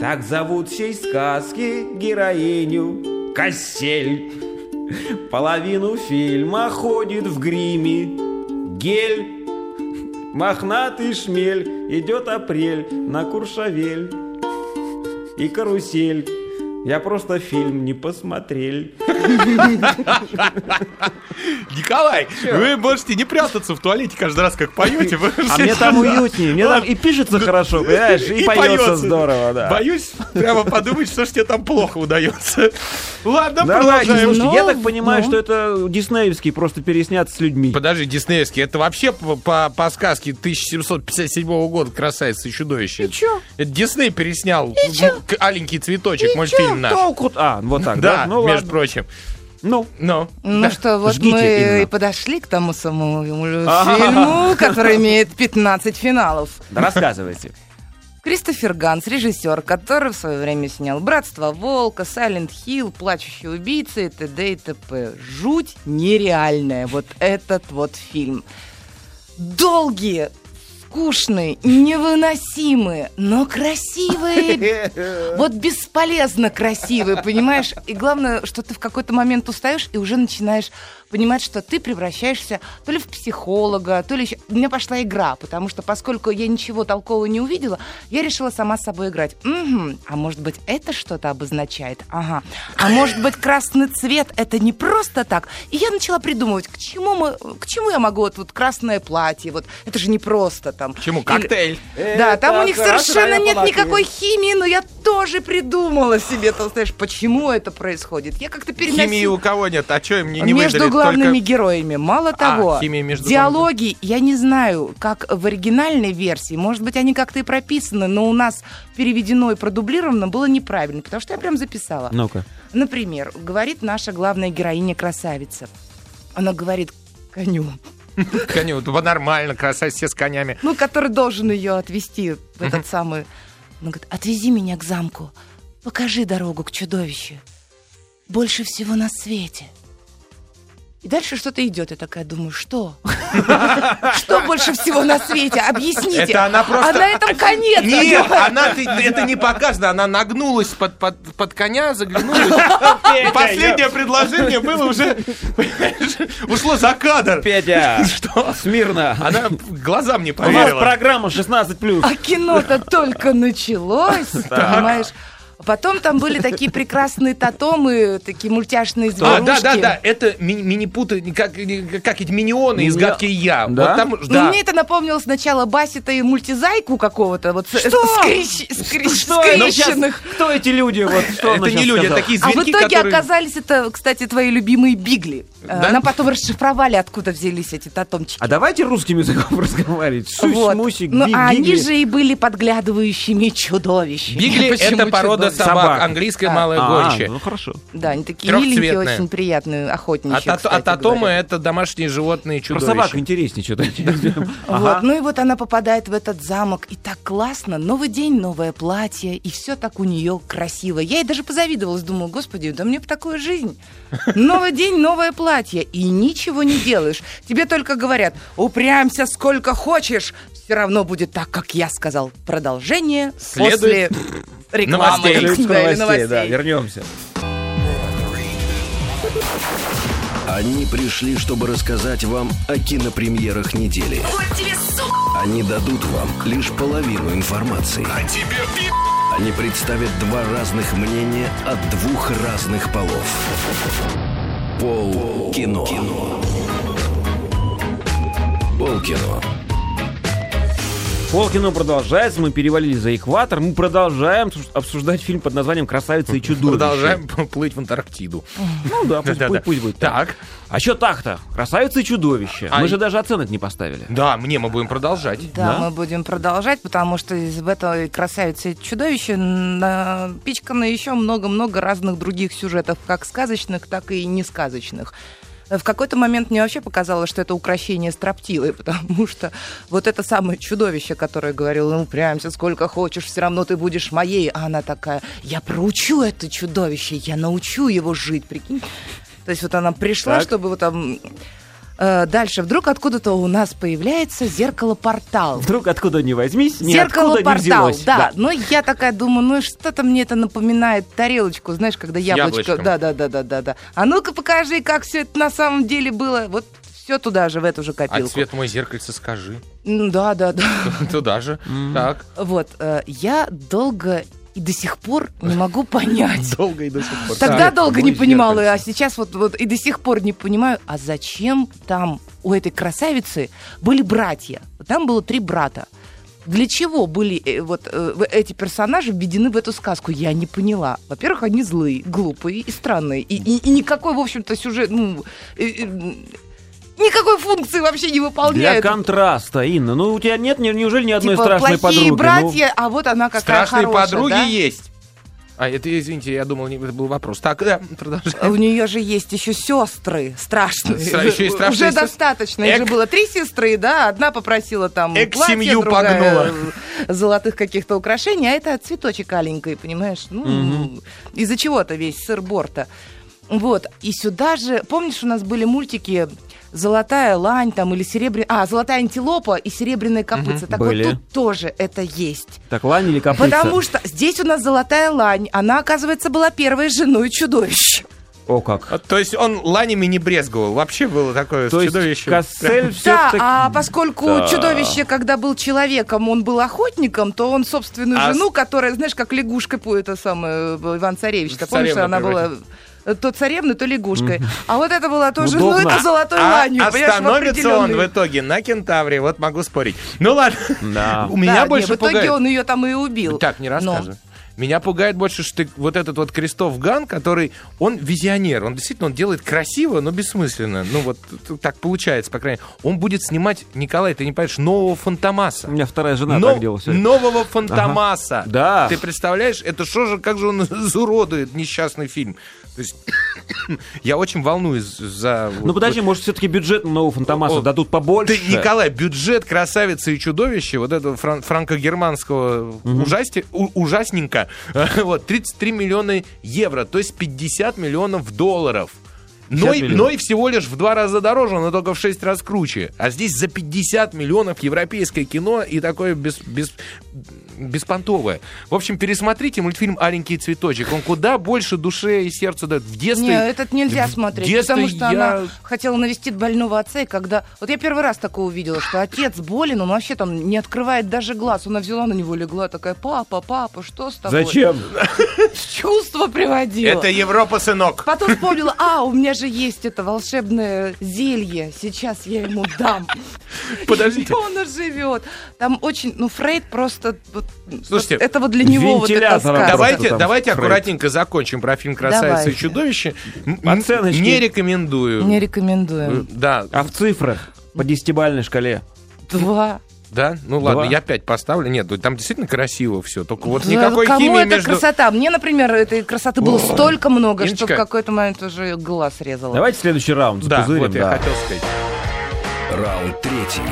D: Так зовут всей сказки героиню Кассель. Половину фильма ходит в гриме. Гель. Мохнатый шмель. Идет апрель на Куршавель и карусель. Я просто фильм не
C: <laughs>
D: посмотрел.
C: Николай, вы можете не прятаться в туалете каждый раз, как
D: <laughs>
C: поете. <laughs>
D: А мне там уютнее, мне
C: А?
D: там и пишется хорошо, понимаешь, и поется здорово, да.
C: Боюсь прямо подумать, что ж тебе там плохо удается. Ладно,
D: Давайте,
C: продолжаем.
D: слушайте, я так
B: Ну,
D: понимаю,
B: ну.
D: что это диснеевский просто переснят с людьми.
C: Подожди, диснеевский, это вообще по, по- по сказке 1757 года «Красавица и чудовище». И
B: чё?
C: Это Дисней переснял м, к- «Аленький цветочек», мультфильм наш.
D: Толку? А, вот
C: <laughs>
D: так, да?
C: Да,
D: Ну
C: между
D: ладно.
C: прочим.
D: Ну,
C: Ну,
B: Ну
C: да.
B: что, вот
D: Жгите,
B: мы
D: Инна.
B: и подошли к тому самому
D: А-ха-ха.
B: фильму, который имеет 15 финалов.
D: да рассказывайте.
B: Кристофер Ганс, режиссер, который в свое время снял «Братство Волка», «Сайлент Хилл», «Плачущие убийцы» и т.д. и т.п. Жуть нереальная, вот этот вот фильм. Долгие, скучные, невыносимые, но красивые. Вот бесполезно красивые, понимаешь? И главное, что ты в какой-то момент устаешь и уже начинаешь понимать, что ты превращаешься то ли в психолога, то ли еще... У меня пошла игра, потому что поскольку я ничего толкового не увидела, я решила сама с собой играть. Мгм, а может быть, это что-то обозначает? Ага. А может быть, красный цвет — это не просто так? И я начала придумывать, к чему, мы, к чему я могу вот, вот красное платье, вот это же не просто там.
C: Почему?
B: Или-
C: Коктейль.
B: <laughs> да,
D: Это
B: там у них
C: э,
D: красная
B: совершенно нет
D: платье.
B: никакой химии, но я тоже придумала себе, ты знаешь, почему это происходит. Я как-то переносила.
C: Химии у кого нет, а что им не, не
B: между
C: выдали?
B: главными
C: Только... А,
B: героями. Мало того,
C: химия между
B: диалоги, я не знаю, как в оригинальной версии, может быть, они как-то и прописаны, но у нас переведено и продублировано было неправильно, потому что я прям записала.
D: <laughs> Ну-ка.
B: Например, говорит наша главная героиня-красавица. Она говорит коню,
C: Коню, вот нормально, красавица все с конями.
B: ну, который должен ее отвезти в этот самый... Она говорит, отвези меня к замку, покажи дорогу к чудовищу. Больше всего на свете. И дальше что-то идет. Я такая думаю, что? Что больше всего на свете? Объясните.
C: Это она просто-
B: А на этом
D: <laughs>
B: конец. А
C: Нет, она ты- это не показано, она нагнулась под, под, под коня, заглянула.
D: <laughs>
C: И последнее предложение было уже понимаешь, ушло за кадр. <laughs>
D: Петя,
C: Что?
D: смирно. <laughs>
C: Она <laughs> глазам не
D: У нас
C: поверила.
B: <laughs>
D: программа 16+.
B: А кино-то только началось, понимаешь? Потом там были такие прекрасные тотомы, такие мультяшные
C: А,
B: зверушки.
C: да, да, да, это ми- мини-путы, как, как эти миньоны из
D: Миньо-
C: гадки я.
D: Да?
C: Вот там,
B: Ну,
C: да.
B: мне это напомнило сначала Басита и мультизайку какого-то. Вот с- скрещ- скре-
C: Ну,
D: это сейчас?
B: скрещенных.
D: Кто эти люди? Вот что она
C: это не
D: щас
C: люди, это
D: сказала?
C: такие
B: А в
C: зверьки,
B: итоге
C: которые...
B: оказались это, кстати, твои любимые Бигли. Э,
C: Да?
B: Нам потом расшифровали, откуда взялись эти татомчики.
D: А давайте русским языком <laughs> разговаривать. Сусь,
B: Вот.
D: мусик,
B: Но
D: би-
B: они
D: бигли.
B: же и были подглядывающими чудовищами.
C: Бигли —
B: Почему
C: это порода
B: чудовищ?
C: собак,
D: Собак.
C: английская
B: А,
C: малая
D: А,
C: гончая.
D: ну хорошо.
B: Да, они такие
C: Трёхцветные.
B: миленькие, очень приятные,
C: А
B: охотничьи,
C: тат- а
B: ну, кстати
C: татомы —
B: говоря.
C: это домашние животные
D: Про
C: чудовища.
D: собак интереснее <laughs> что-то.
B: Вот, ну и вот она попадает в этот замок, и так классно, новый день, новое платье, и все так у нее красиво. Я ей даже позавидовалась, думаю, господи, да мне бы такую
C: <laughs>
B: жизнь. Новый день, новое платье, и ничего не делаешь. Тебе только говорят, упрямься сколько хочешь, все равно будет так, как я сказал. Продолжение после
C: Следует
B: рекламы.
C: новостей.
B: Да, или
D: да,
B: новостей.
D: вернемся.
A: Они пришли, чтобы рассказать вам о кинопремьерах недели. Они дадут вам лишь половину информации. Они представят два разных мнения от двух разных полов. Пол кино. Пол кино.
D: Полкино продолжается, мы перевалили за экватор, мы продолжаем су- обсуждать фильм под названием «Красавица и чудовище».
C: Продолжаем <laughs> плыть в Антарктиду.
D: Ну да, пусть,
C: Да-да-да.
D: пусть- пусть будет так.
C: Так,
D: А что так-то? «Красавица и чудовище».
C: А
D: мы
C: и-
D: же даже оценок не поставили.
C: да, мне мы будем продолжать.
B: Да,
D: Да?
B: мы будем продолжать, потому что из- в этой красавице и чудовище напичкано еще много-много разных других сюжетов, как сказочных, так и несказочных. В какой-то момент мне вообще показалось, что это украшение строптивой, <laughs> потому что вот это самое чудовище, которое говорило, ну, прямся сколько хочешь, все равно ты будешь моей. А она такая, я проучу это чудовище, я научу его жить, прикинь. То есть вот она пришла,
D: Так.
B: чтобы вот там... э, Дальше вдруг откуда-то у нас появляется зеркало-портал.
D: Вдруг откуда ни возьмись,
B: Зеркало
D: ниоткуда не
B: портал,
D: взялось.
B: да. Но я такая думаю, ну что-то мне это напоминает тарелочку, знаешь, когда яблочко.
C: яблочком.
B: Да, да, да, да, да, да. А ну-ка покажи, как все это на самом деле было. Вот все туда же, в эту же
C: А
B: копилку.
C: цвет мой зеркальце скажи. <laughs>
B: М, Да, да, да.
C: Туда же.
D: М.
C: Так.
B: Вот, э, я долго и до сих пор не могу понять.
C: Долго и до сих пор.
B: Тогда
C: Так,
B: долго
C: мой
B: не понимала, а
C: зеркальце.
B: сейчас вот, вот и до сих пор не понимаю, а зачем там у этой красавицы были братья? Там было три брата. Для чего были э, вот э, в- эти персонажи введены в эту сказку? Я не поняла. Во-первых, они злые, глупые и странные. И, и- и никакой, в общем-то, сюжет, ну, э, э, м, никакой функции вообще не
D: Для
B: выполняет.
D: контраста, Инна, ну у тебя нет, ни- неужели ни одной
B: Типа,
D: страшной
B: плохие
D: подруги? Ну,
B: братья, а вот она какая
C: Страшные
B: хорошая,
C: подруги
B: да?
C: есть. А, это, извините, я думал, не- это был вопрос. Так, да, <laughs> продолжай.
B: А У нее же есть еще сестры страшные.
C: Стра- еще и страшные
B: Уже
C: сестры.
B: достаточно. Их
C: Эк.
B: же было три сестры, да. Одна попросила там
C: Эк,
B: платье,
C: семью
B: другая,
C: погнула.
B: э, золотых каких-то украшений, а это цветочек аленький, понимаешь? Ну,
D: Мгм.
B: из-за чего-то весь сыр борта. Вот. И сюда же, помнишь, у нас были мультики Золотая лань там или серебряная... А, золотая антилопа и серебряные копытца. Так
D: Были.
B: вот тут тоже это есть.
D: Так, лань или копытца?
B: Потому что здесь у нас золотая лань. Она, оказывается, была первой женой чудовища.
D: О как.
C: А, То есть он ланями не брезговал. Вообще было такое
D: То есть
C: чудовище.
D: Кассель
B: Да,
D: все-таки...
B: а поскольку
D: Да.
B: чудовище, когда был человеком, он был охотником, то он собственную
C: А с-
B: жену, которая, знаешь, как лягушка, по- это самое, э, Иван Царевич,
C: В
B: ты помнишь,
C: царевну
B: она была э, то царевной, то лягушкой. А вот это была тоже, ну,
D: Удобно.
B: это золотой
C: А
B: ланью, понимаешь, в
C: остановится он в
B: определенный-
C: итоге на кентавре, вот могу спорить. Ну ладно.
D: Да.
C: У
B: Да,
C: меня
B: не,
C: больше
B: в итоге
C: пугает.
B: он ее там и убил.
C: Ну, Так, не
B: Но-
C: рассказывай. Меня пугает больше, что ты- вот этот вот Кристоф Ган, который, он визионер, он действительно, он делает красиво, но бессмысленно. Ну вот т- так получается, по крайней мере. Он будет снимать, Николай, ты не понимаешь, нового Фантомаса.
D: У меня вторая жена
C: Но-
D: так делала всё время.
C: нового Фантомаса.
D: Да.
C: Ты представляешь, это что же, как же он <laughs> изуродует несчастный фильм. То есть <coughs> я очень волнуюсь за...
D: Ну подожди, может все-таки бюджет на нового Фантомаса
C: О,
D: дадут
C: Ты,
D: побольше?
C: Николай, бюджет «Красавица и чудовище», вот этого фран- франко-германского ужасти- у- ужасненько, <laughs> вот, 33 миллиона евро, то есть 50 миллионов долларов. Но
D: 50
C: и,
D: миллионов.
C: но и всего лишь в два раза дороже, но только в шесть раз круче. А здесь за 50 миллионов европейское кино и такое без, без, беспонтовое. В общем, пересмотрите мультфильм «Аленький цветочек». Он куда больше душе и сердца дает. В детстве...
B: Не, этот нельзя
C: в
B: смотреть,
C: детстве
B: потому что
C: я-
B: она хотела навестить больного отца, и когда... Вот я первый раз такое увидела, что отец болен, он вообще там не открывает даже глаз. Она взяла на него, легла, такая, папа, папа, что с тобой?
D: Зачем?
B: Чувство приводила.
C: Это Европа, сынок.
B: Потом вспомнила, а, у меня же есть это волшебное зелье, сейчас я ему дам.
C: Подождите.
B: И он оживет. Там очень, ну, Фрейд просто... вот,
C: Слушайте,
B: вот это вот для него вот эта
D: вентилятора
B: сказка.
D: Давай.
C: Давайте,
D: там
C: давайте
D: Фрейд.
C: аккуратненько закончим про фильм «Красавица и
B: Давайте.
C: чудовище». М-
D: Оценочки.
C: Не рекомендую.
B: Не
C: Э,
B: рекомендуем.
C: Да,
D: А в цифрах по десятибальной шкале.
C: Э,
B: Два.
C: да, ну ладно,
D: Два.
C: я пять поставлю. Нет, ну, там действительно красиво все. Только вот
B: Да,
C: никакой
B: Кому
C: химии
B: это
C: между...
B: красота? Мне, например, этой красоты было столько много, что в
C: Инночка.
B: какой-то момент уже глаз резала.
D: Давайте следующий раунд
C: Да,
D: запузырим.
C: вот я
D: да.
C: хотел сказать.
A: Раунд третий.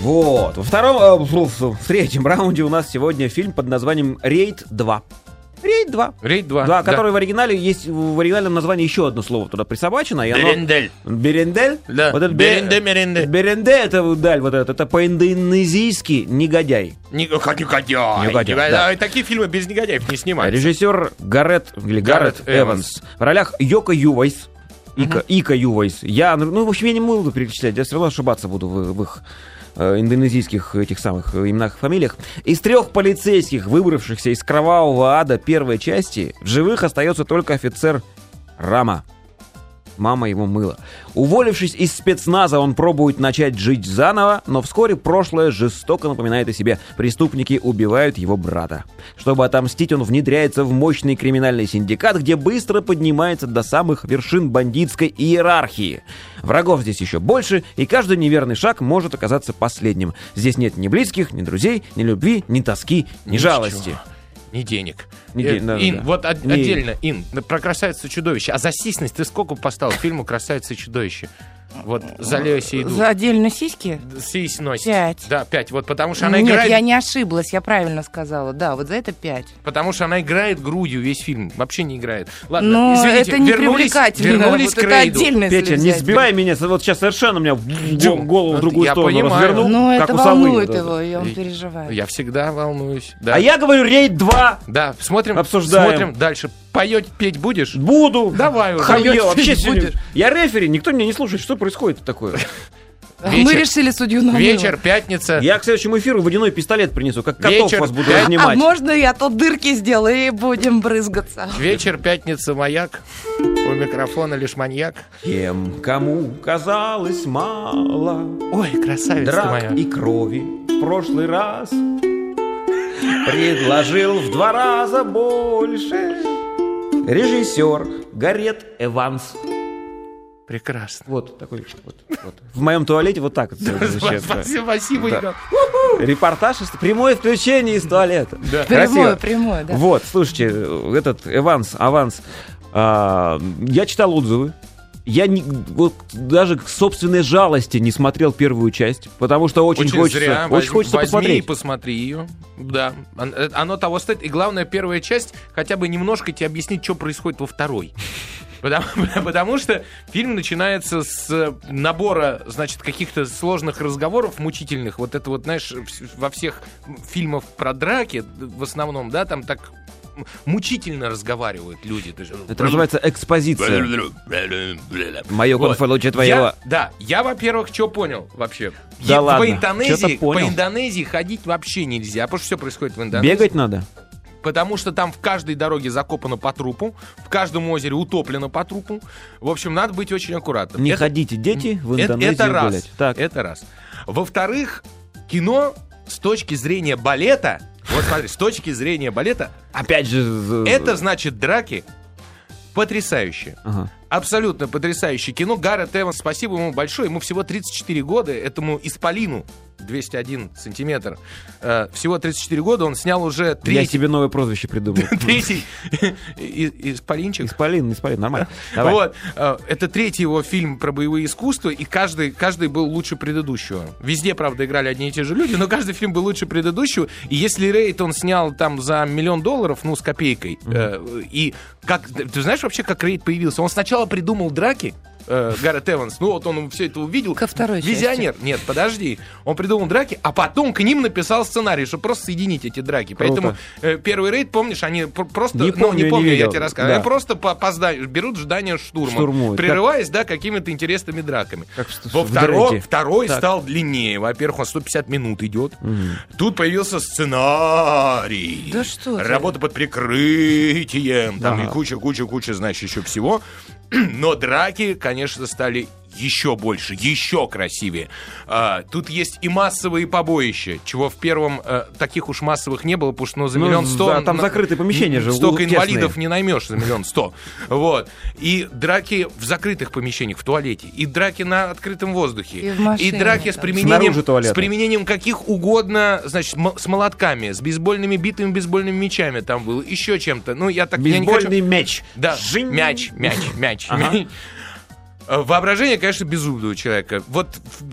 D: Вот. Во втором, э, фу, фу, в третьем раунде у нас сегодня фильм под названием «Рейд 2». «Рейд 2».
C: Рейд 2.
D: Да, который в оригинале есть в оригинальном названии еще одно слово туда присобачено. И оно...
C: Берендель.
D: Берендель?
C: Да.
D: Вот это бе-
C: Беренде, меренде.
D: Беренде это вот даль вот этот, это по-индонезийски негодяй.
C: Не- ха- Негодяй.
D: Негодяй,
C: Негодяй.
D: да.
C: А Такие фильмы без негодяев не снимают.
D: Режиссер Гаррет, или Гаррет,
C: Гаррет Эванс.
D: Эванс. В ролях Йока Ювайс. Ика, Ика Ювайс. Я, ну, в общем, я не буду перечислять, я все равно ошибаться буду в, в их э, индонезийских этих самых э, именах и фамилиях. Из трех полицейских, выбравшихся из кровавого ада первой части, в живых остается только офицер Рама. Мама его мыла. Уволившись из спецназа, он пробует начать жить заново, но вскоре прошлое жестоко напоминает о себе. Преступники убивают его брата. Чтобы отомстить, он внедряется в мощный криминальный синдикат, где быстро поднимается до самых вершин бандитской иерархии. Врагов здесь еще больше, и каждый неверный шаг может оказаться последним. Здесь нет ни близких, ни друзей, ни любви, ни тоски, ни
C: Ничего.
D: жалости.
C: Ни денег.
D: Ни
C: Э,
D: ден- да,
C: Ин,
D: да.
C: вот от-
D: Ни-
C: отдельно, Ин, на- про красавицу и чудовище. А за сисьность ты сколько поставил фильму Красавица и чудовище? Вот за Леси иду.
B: За отдельно сиськи?
C: Сись носит.
B: Пять.
C: Да, пять. Вот потому что она
B: Нет,
C: играет.
B: я не ошиблась, я правильно сказала. Да, вот за это пять.
C: Потому что она играет грудью весь фильм. Вообще не играет. Ладно,
B: Но
C: извините,
B: Ну, это не
C: вернулись-
B: привлекательно.
C: Вернулись
B: Вот
C: к
B: это
C: Рейду.
B: отдельно, если
D: Петя, не
B: взять.
D: сбивай меня, вот сейчас совершенно у меня в-
C: Дим,
D: голову в
C: вот
D: другую
C: я
D: сторону
C: понимаю.
D: развернул,
B: Ну,
D: как
B: это
D: у совы.
B: волнует
D: Вот это.
B: его, и он
C: И-
B: переживает.
C: Я всегда волнуюсь. Да.
D: А я говорю, рейд 2
C: Да, смотрим.
D: Обсуждаем.
C: Смотрим дальше. Поет, петь будешь?
D: буду.
C: Давай уже.
D: Хамье,
C: Поёшь,
D: вообще
C: петь
D: сегодня-
C: будешь?
D: Я рефери, никто меня не слушает. Что происходит такое?
B: Мы
C: вечер.
B: решили судью на
C: Вечер, пятница.
D: Я к следующему эфиру водяной пистолет принесу, как котов
C: Вечер,
D: вас буду
C: пять.
B: А
D: разнимать.
B: можно я тут дырки сделаю и будем брызгаться?
C: Вечер, пятница, маяк. У микрофона лишь маньяк.
D: Тем, кому казалось мало
C: Ой, красавица ты моя.
D: драк и крови в прошлый раз, предложил в два раза больше режиссер Гарет Эванс.
C: Прекрасно.
D: Вот такой вот. вот. В моем туалете вот так вот звучит.
C: Спасибо, спасибо,
D: Да.
C: Игорь.
D: Репортаж, из- прямое включение из туалета.
B: Прямое,
D: Красиво. ну,
B: прямое, да.
D: Вот, слушайте, этот Эванс, аванс. А, я читал отзывы. Я не- вот даже к собственной жалости не смотрел первую часть, потому что очень, хочется,
C: зря.
D: очень
C: Возьми-
D: хочется
C: возьми и
D: посмотреть.
C: посмотри ее. Да. Он- э, Оно того стоит. И главное, первая часть хотя бы немножко тебе объяснить, что происходит во второй. Потому, потому что фильм начинается с набора, значит, каких-то сложных разговоров мучительных. Вот это вот, знаешь, в- во всех фильмах про драки, в основном, да, там так мучительно разговаривают люди. Ты же-
D: Это называется экспозиция. Мое
C: Вот.
D: конфа лучше твоего.
C: Я, да, я, во-первых, что понял вообще?
D: Да
C: Е-
D: ладно,
C: по Индонезии,
D: чё-то понял.
C: по Индонезии ходить вообще нельзя, потому что все происходит в Индонезии.
D: Бегать надо?
C: Потому что там в каждой дороге закопано по трупу, в каждом озере утоплено по трупу. В общем, надо быть очень аккуратным.
D: Не
C: Это-
D: ходите, дети, в
C: это-
D: Индонезию
C: это раз.
D: гулять. Так,
C: Это раз. Во-вторых, кино с точки зрения балета, вот смотри, с точки зрения балета,
D: опять же... з-
C: это значит драки потрясающие.
D: Ага.
C: Абсолютно потрясающее кино. Гаррет Эванс, спасибо ему большое. Ему всего 34 года, этому исполину 201 сантиметр. Э, всего 34 года, он снял уже
D: Я
C: третий...
D: себе новое прозвище
C: <laughs>
D: придумал.
C: Третий и- исполинчик.
D: Исполин, исполин,
C: <laughs>
D: нормально. Давай.
C: Вот. Э, Это третий его фильм про боевые искусства, и каждый, каждый был лучше предыдущего. Везде, правда, играли одни и те же люди, но каждый фильм был лучше предыдущего. И если рейд он снял там за миллион долларов, ну, с копейкой, э, и как... Ты знаешь вообще, как рейд появился? Он сначала придумал драки, э, Гаррет Эванс, ну вот он все это увидел.
B: Ко второй части.
C: Визионер. Нет, подожди. Он придумал драки, а потом к ним написал сценарий, чтобы просто соединить эти драки. Поэтому э, первый рейд, помнишь, они пр- просто...
D: Не
C: ну,
D: помню,
C: не
D: не
C: помню, я
D: видел.
C: тебе рассказывал.
D: Да.
C: Они Просто по, по зданию берут здание штурмом,
D: Штурмуют.
C: прерываясь, да, какими-то интересными драками.
D: Как в-
C: Во
D: в
C: второ-
D: Дрейде.
C: второй
D: Так.
C: стал длиннее. Во-первых, он 150 минут идет. Тут появился сценарий.
B: Да что ты.
C: Работа под прикрытием. Там
D: Ага.
C: и куча-куча-куча, значит, еще всего. <clears throat> Но драки, конечно, стали еще больше, еще красивее. А, тут есть и массовые побоища, чего в первом э, таких уж массовых не было, потому что ну, за
D: Ну,
C: миллион сто...
D: да, там закрытые помещения же,
C: Столько
D: у- тесные.
C: инвалидов не наймешь за миллион сто. Вот. И драки в закрытых помещениях, в туалете. И драки на открытом воздухе.
B: И в машине,
C: драки с
B: да.
C: применением,
D: Снаружи туалета.
C: с применением каких угодно, значит, м- с молотками, с бейсбольными битыми бейсбольными мячами там было, еще чем-то. Ну, я так... я не хочу-
D: Бейсбольный мяч.
C: да,
D: Жинь.
C: мяч, мяч, мяч.
D: Ага.
C: Э, <laughs> Воображение, конечно, безумного человека. Вот в-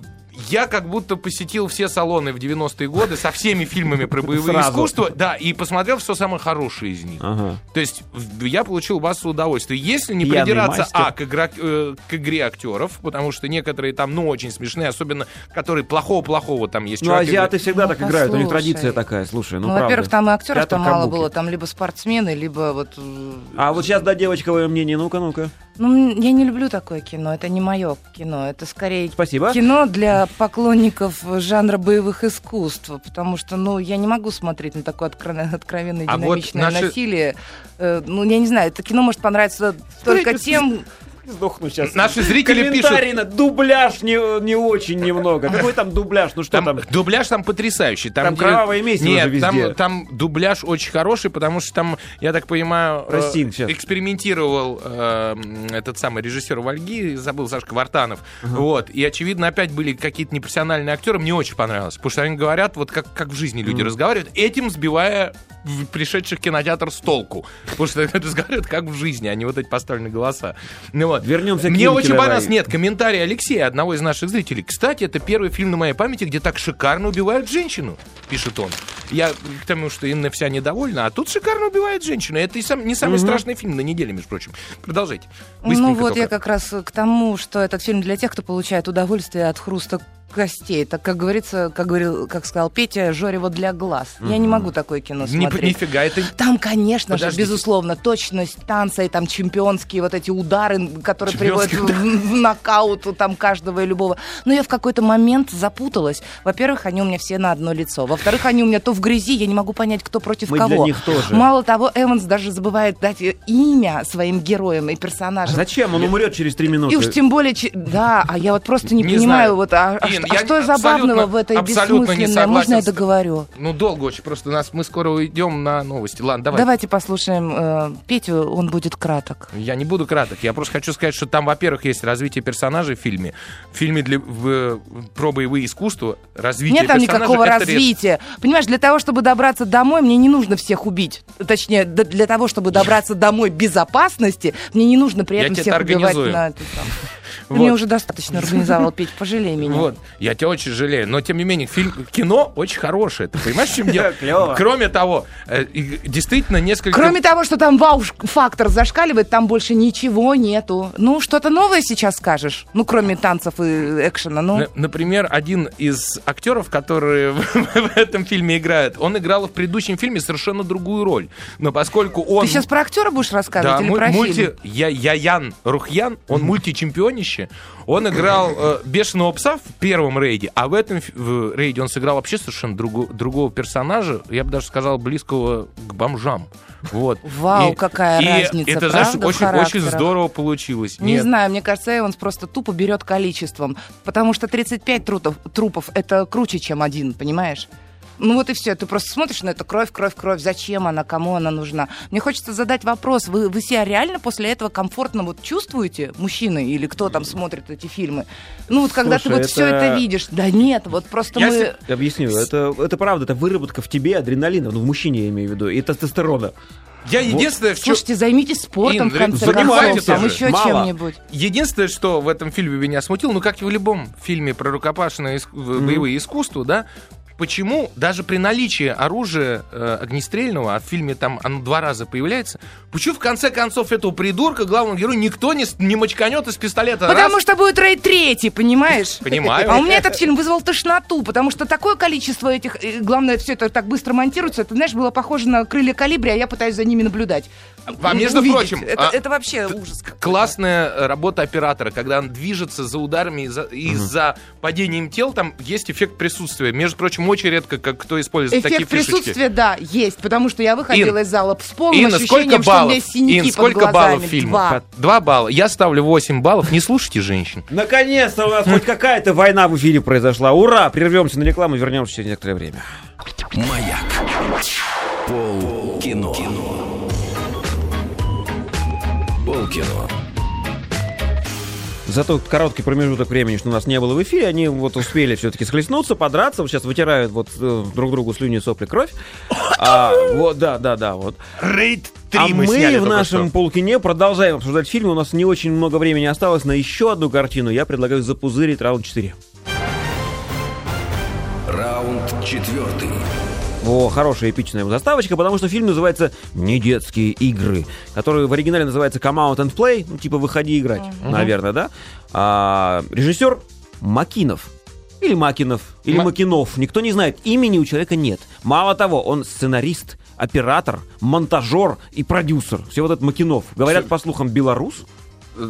C: я как будто посетил все салоны в 90-е годы со всеми фильмами про боевые
D: Сразу.
C: искусства, да, и посмотрел все самое хорошее из них.
D: Ага.
C: То есть в- я получил массу удовольствия. Если не
D: Пьяный
C: придираться,
D: мастер.
C: а, к, игра- э, к игре актеров, потому что некоторые там, ну, очень смешные, особенно которые плохого-плохого там есть.
D: Ну,
C: Чувак
D: азиаты всегда так играют, у них
B: послушай.
D: традиция такая, слушай, ну,
B: Ну,
D: правда.
B: во-первых, там и актеров
D: Театр
B: там мало
D: кабуки.
B: было, там либо спортсмены, либо вот... м,
D: А вот сейчас, да, девочковое мнение, ну-ка, ну-ка.
B: Ну, м, я не люблю такое кино, это не мое кино, это скорее
D: Спасибо.
B: кино для поклонников жанра боевых искусств, потому что, ну, я не могу смотреть на такое откро- откровенное
C: А вот
B: динамичное
C: наши-
B: насилие. Э, Ну, я не знаю, это кино может понравиться только тем,
D: Сдохну сейчас.
C: Наши зрители
D: Комментарий на дубляж не, не очень немного. Какой там дубляж? Ну что
C: Там,
D: там?
C: дубляж там потрясающий. Там,
D: Там кровавое месиво
C: Нет,
D: же везде.
C: Там, там дубляж очень хороший, потому что там, я так понимаю, э,
D: Прости, сейчас.
C: экспериментировал э, м, этот самый режиссер Вальги, забыл, Сашка Вартанов. Вот. И, очевидно, опять были какие-то непрофессиональные актеры. Мне очень понравилось, потому что они говорят, вот как, как в жизни люди разговаривают, этим сбивая в- пришедших в кинотеатр с толку. Потому что <laughs> это разговаривают как в жизни, а не вот эти поставленные голоса. Ну вот.
D: Вернемся к
C: Мне
D: Кимке,
C: очень
D: давай.
C: понравилось. Нет, комментарий Алексея, одного из наших зрителей. Кстати, это первый фильм на моей памяти, где так шикарно убивают женщину, пишет он. Я к тому, что Инна вся недовольна, а тут шикарно убивает женщину. Это и сам- не самый страшный фильм на неделе, между прочим. Продолжайте.
B: Ну
C: Быстренько
B: вот я
C: только.
B: как раз к тому, что этот фильм для тех, кто получает удовольствие от хруста костей. Так как говорится, как говорил, как сказал Петя, жорево для глаз. Я не могу такое кино
C: Ни-
B: смотреть.
C: Нифига, это...
B: Там, конечно же,
C: Подождите.
B: безусловно, точность танца и там чемпионские вот эти удары, которые приводят
C: Чемпионские,
B: в, в нокаут там каждого и любого. Но я в какой-то момент запуталась. Во-первых, они у меня все на одно лицо. Во-вторых, они у меня то в грязи, я не могу понять, кто против
D: Мы для
B: кого.
D: них тоже.
B: Мало того, Эванс даже забывает дать э, имя своим героям и
D: А
B: персонажам.
D: зачем? Он умрет через три минуты.
B: И уж тем более, че- да, а я вот просто не,
C: э, Не
B: понимаю,
C: знаю.
B: вот, а, а
C: Ин,
B: что, а
C: я
B: что
C: абсолютно-
B: забавного в этой
C: абсолютно не
B: бессмысленной? Можно я
C: согласен с-
B: договорю?
C: Ну, долго очень. Просто нас мы скоро уйдем на новости. Ладно, давай.
B: Давайте послушаем э, Петю, он будет краток.
C: Я не буду краток. Я просто хочу сказать, что там, во-первых, есть развитие персонажей в фильме. В фильме для, в, в- про боевые искусства развитие
B: Нет там
C: персонажей
B: никакого
C: это редко.
B: развития. Понимаешь, для того, чтобы добраться домой, мне не нужно всех убить. Точнее, д- для того, чтобы добраться домой безопасности, мне не нужно при
C: Я
B: этом
C: тебе
B: всех
C: это
B: убивать
C: организую.
B: на это
C: <laughs>
B: сам. Ты
C: Вот.
B: Мне уже достаточно организовал, Петь, пожалей меня.
C: Вот. Я тебя очень жалею. Но, тем не менее, фильм, кино очень хорошее. Ты понимаешь, в чем
B: <laughs>
C: дело?
D: Клёво.
C: Кроме того, э, и действительно несколько...
B: Кроме того, что там вау-фактор зашкаливает, там больше ничего нету. Ну, что-то новое сейчас скажешь? Ну, кроме танцев и экшена, ну...
C: Н- Например, один из актеров, которые <laughs> в этом фильме играют, он играл в предыдущем фильме совершенно другую роль. Но поскольку он...
B: Ты сейчас про актера будешь рассказывать или
C: му-
B: про
C: мульти...
B: фильм?
C: Я, Ян Рухьян, он мультичемпионище. Он играл э, бешеного пса в первом рейде, а в этом фи- в рейде он сыграл вообще совершенно другу- другого персонажа, я бы даже сказал, близкого к бомжам. Вот.
B: Вау, какая
C: и
B: разница,
C: Это, знаешь,
B: правда, в
C: очень, очень
B: характерах?
C: здорово получилось.
B: Не
C: Нет.
B: знаю, мне кажется, Эванс просто тупо берет количеством. Потому что 35 трутов, трупов это круче, чем один, понимаешь? Ну вот и все. Ты просто смотришь на это кровь, кровь, кровь. Зачем она, кому она нужна? Мне хочется задать вопрос. Вы, вы себя реально после этого комфортно вот чувствуете, мужчины или кто там смотрит эти фильмы? Ну вот когда
D: Слушай,
B: ты вот
D: это-
B: все это видишь. Да нет, вот просто
C: Я
B: мы...
C: се-
D: Объясню, это, это правда, это выработка в тебе адреналина, ну в мужчине я имею в виду, и тестостерона.
C: Я единственное, в чё-
B: Слушайте, займитесь спортом,
C: Ин,
B: в конце концов,
C: занимайтесь
B: там
C: уже.
B: еще
D: Мало.
B: чем-нибудь.
C: Единственное, что в этом фильме меня смутило, ну как и в любом фильме про рукопашные иск- в- боевые искусства, да, почему даже при наличии оружия э, огнестрельного, а в фильме там оно два раза появляется, почему в конце концов этого придурка, главного героя, никто не, с- не мочканет из пистолета?
B: Потому
C: раз?
B: что будет рейд третий, понимаешь?
C: Понимаю.
B: А у меня этот фильм вызвал тошноту, потому что такое количество этих... и Главное, все это так быстро монтируется. Это, знаешь, было похоже на крылья калибри, а я пытаюсь за ними наблюдать.
C: А между
B: Увидеть.
C: прочим,
B: Это,
C: а-
B: это вообще ужас. какой-то.
C: Классная э, работа оператора, когда он движется за ударами и за, и за падением тел, там есть эффект присутствия. Между прочим, очень редко как кто использует такие
B: Эффект
C: фишечки.
B: присутствия, да, есть, потому что я выходила
C: Ин,
B: из зала с полным
C: Инна,
B: ощущением,
C: сколько
B: что у
C: баллов?
B: меня синяки
C: Ин,
B: под
C: сколько
B: глазами.
C: баллов фильму?
B: Два.
C: Два балла. Я ставлю 8 баллов. Не слушайте женщин.
D: Наконец-то у нас хоть какая-то война в эфире произошла. Ура! Прервемся на рекламу и вернемся через некоторое время.
A: Маяк. Пол кино. Полкино.
D: За тот короткий промежуток времени, что у нас не было в эфире, они вот успели все-таки схлестнуться, подраться. Вот сейчас вытирают вот э, друг другу слюни, сопли, кровь. А, вот, да, да, да, вот.
C: Рейд
D: а мы в нашем полкине продолжаем обсуждать фильмы. У нас не очень много времени осталось на еще одну картину. Я предлагаю запузырить раунд 4.
A: Раунд четвертый.
D: О, хорошая эпичная заставочка, потому что фильм называется «Не детские игры», который в оригинале называется «Come out and play», ну, типа «Выходи играть», наверное, да? А, режиссер Макинов. Или Макинов, или
C: Ма-
D: Макинов. Никто не знает. Имени у человека нет. Мало того, он сценарист, оператор, монтажер и продюсер. Все вот этот Макинов. Говорят, по слухам, белорус,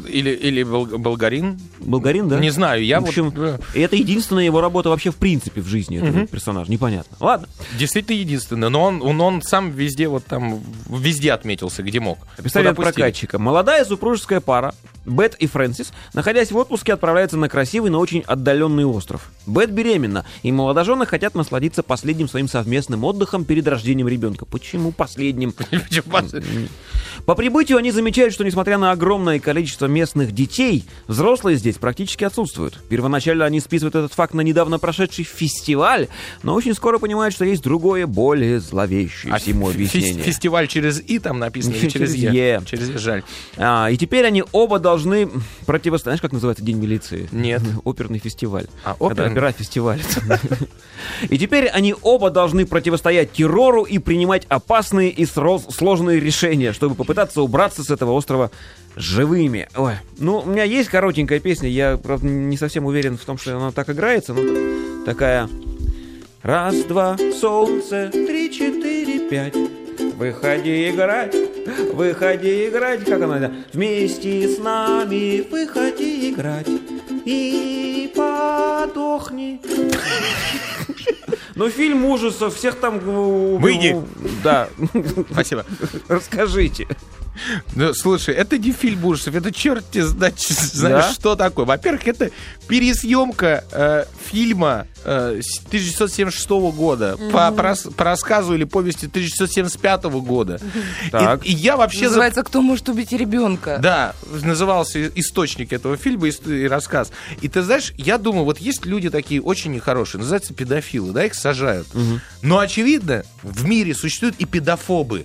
C: Или, или бол- болгарин.
D: болгарин, да?
C: Не знаю, я
D: в
C: вот,
D: общем,
C: да.
D: и это единственная его работа вообще в принципе в жизни, этого персонажа. Непонятно. Ладно.
C: Действительно единственный. Но он, он, он сам везде вот там, везде отметился, где мог.
D: Описание
C: Куда пустили. <laughs>
D: прокатчика. Молодая супружеская пара Бет и Фрэнсис, находясь в отпуске, отправляются на красивый, но очень отдаленный остров. Бет беременна, и молодожены хотят насладиться последним своим совместным отдыхом перед рождением ребенка. Почему последним? По прибытию они замечают, что несмотря на огромное количество местных детей, взрослые здесь практически отсутствуют. Первоначально они списывают этот факт на недавно прошедший фестиваль, но очень скоро понимают, что есть другое, более зловещее
C: А
D: всему
C: фе-
D: объяснение.
C: Фестиваль через И там написано,
D: <laughs>
C: или
D: Через
C: через Е.
D: Е.
C: Через
D: <laughs>
C: Е, жаль.
D: А, и теперь они оба должны противостоять. Знаешь, как называется День милиции?
C: Нет.
D: <laughs> Оперный фестиваль.
C: А,
D: Когда
C: оперный?
D: опера фестиваль. И теперь они оба должны противостоять террору и принимать опасные и сро- сложные решения, чтобы попытаться убраться с этого острова живыми. Ой, ну, у меня есть коротенькая песня, я, правда, не совсем уверен в том, что она так играется, но такая... Раз, два, солнце, три, четыре, пять. Выходи играть, выходи играть. Как она? да? Вместе с нами выходи играть. И подохни. Но фильм ужасов, всех там... ну,
C: Выйди.
D: Да, <laughs>
C: Спасибо.
D: расскажите.
C: Ну, слушай, это не фильм ужасов, это черт тебе знать, <laughs> знаешь,
D: Да?
C: что такое. Во-первых, это пересъемка э, фильма э, с 1976 года по, по рас- по рассказу или повести 1975 года. И-
D: Так.
C: И, я вообще... за-
B: Называется «Кто может убить ребенка?»
C: Да, назывался источник этого фильма ист- и рассказ. И ты знаешь, я думаю, вот есть люди такие очень нехорошие, называются педофилы, да, их сажают. Но очевидно, в мире существуют
D: <laughs>
C: и педофобы.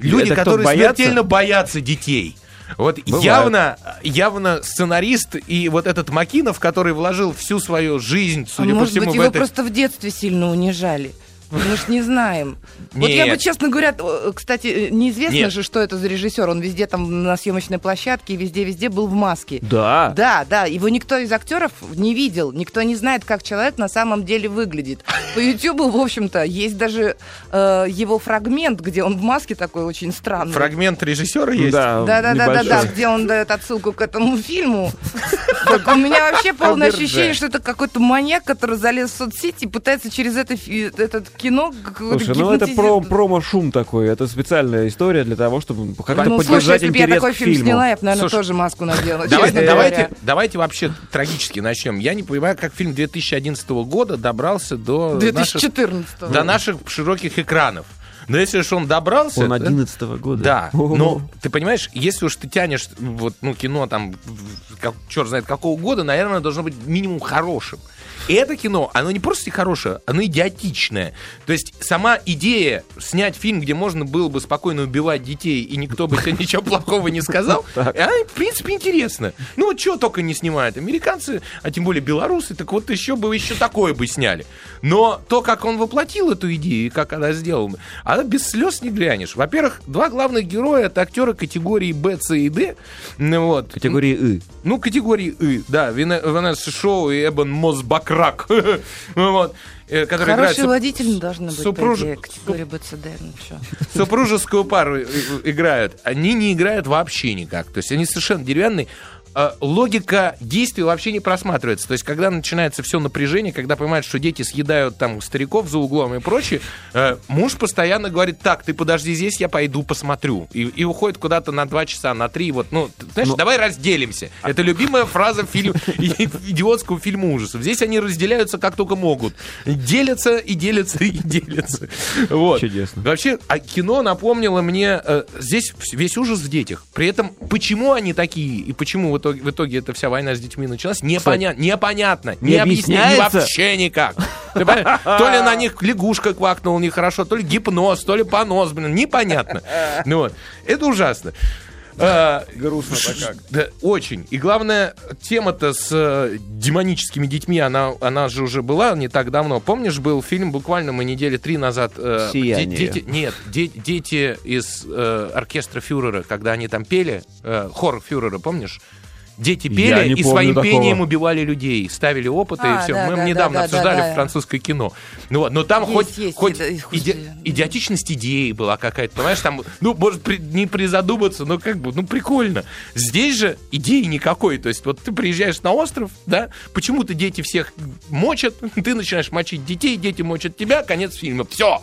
C: Люди,
D: Это кто,
C: которые
D: боятся?
C: смертельно боятся детей. Вот
D: Бывает.
C: явно, явно сценарист и вот этот Макинов, который вложил всю свою жизнь,
B: А
C: судя по
B: Может
C: всему,
B: быть,
C: в
B: его
C: это.
B: просто в детстве сильно унижали. Мы ж не знаем. Вот я бы,
C: Нет.
B: честно говоря, э, кстати, э, неизвестно
C: Нет.
B: же, что это за режиссер. Он везде там на съемочной площадке, везде-везде был в маске.
D: Да.
B: Да, да, его никто из актеров не видел, никто не знает, как человек на самом деле выглядит. По Ютубу, в общем-то, есть даже э, его фрагмент, где он в маске такой очень странный.
C: Фрагмент режиссера есть.
B: Да, да, да, да, да,
D: а, небольшой.
B: где он дает отсылку к этому фильму. Так у меня
D: <laughs>
B: вообще полное
C: Оберже.
B: ощущение, что это какой-то маньяк, который залез в соцсети и пытается через это фи- этот кино какого-то
D: Слушай, ну это
B: гипнотизировать.
D: про- промо-шум такой, это специальная история для того, чтобы как-то
B: Ну, слушай,
D: поддержать
B: если бы я
D: интерес
B: такой
D: к
B: фильм
D: фильму.
B: сняла, я бы, наверное,
C: Слушай,
B: тоже маску надела, честно
C: Давайте,
B: говоря.
C: давайте, давайте вообще трагически начнем. Я не понимаю, как фильм 2011 года добрался до наших
B: 2014
C: до наших широких экранов. Но если уж он добрался...
D: Он
C: да,
D: 11 года.
C: Да,
D: О.
C: но ты понимаешь, если уж ты тянешь вот, ну, кино там, в- как, черт знает какого года, наверное, должно быть минимум хорошим. И это кино, оно не просто хорошее, оно идиотичное. То есть сама идея снять фильм, где можно было бы спокойно убивать детей, и никто бы тебе ничего плохого не сказал, она, в принципе, интересно. Ну вот чего только не снимают американцы, а тем более белорусы, так вот еще бы еще такое бы сняли. Но то, как он воплотил эту идею и как она сделана, она без слез не глянешь. Во-первых, два главных героя это актеры категории Б, С и Д. Ну вот.
D: Категории И.
C: Ну, категории И, да, Вене- Ванесса Шоу и Эбон Мосбакрак. <laughs> Ну вот. э, Которые играют
B: Хороший
C: суп-
B: водитель не должен быть,
C: супруж-
B: по идее, категория БЦД, ну чё.
C: супружескую пару и- и- играют. Они не играют вообще никак. То есть они совершенно деревянные. Э, Логика действий вообще не просматривается. То есть, когда начинается все напряжение, когда понимают, что дети съедают там стариков за углом и прочее, э, муж постоянно говорит: так, ты подожди здесь, я пойду посмотрю. И, и уходит куда-то на два часа, на три. Вот, ну, ты знаешь,
D: Ну, а
C: давай разделимся. Это любимая фраза <laughs> фильм, идиотского фильма ужасов. Здесь они разделяются как только могут. Делятся и делятся и <laughs> делятся. Вот.
D: Чудесно.
C: Вообще, а кино напомнило мне, э, здесь вс- весь ужас в детях. При этом, почему они такие, и почему в итоге, в итоге эта вся война с детьми началась, непоня- непонятно, не,
D: не
C: объясняется
D: объясняется?
C: вообще никак. Ты понимаешь? То ли на них лягушка квакнула нехорошо, то ли гипноз, то ли понос, блин, непонятно. Ну вот. Это ужасно. Грустно как. А, Да, очень. И главное, тема-то с э, демоническими детьми, она, она же уже была не так давно. Помнишь, был фильм, буквально мы недели три назад... э,
D: «Сияние».
C: де- дети- нет, де- дети из э, оркестра фюрера, когда они там пели, э, хор фюрера, помнишь? Дети
D: Я
C: пели
D: не
C: и
D: помню
C: своим
D: такого.
C: пением убивали людей, ставили опыты и
B: А,
C: все.
B: да,
C: мы
B: да,
C: недавно
B: да, да,
C: обсуждали
B: да, да.
C: французское кино. Ну, вот, но там
B: Есть,
C: хоть,
B: есть,
C: хоть
B: иде- хоть,
C: иде-
B: э,
C: идиотичность идеи была какая-то, понимаешь, там, ну, может, при- не призадуматься, но как бы, ну, прикольно. Здесь же идеи никакой, то есть вот ты приезжаешь на остров, да, почему-то дети всех мочат, <laughs> ты начинаешь мочить детей, дети мочат тебя, конец фильма, все,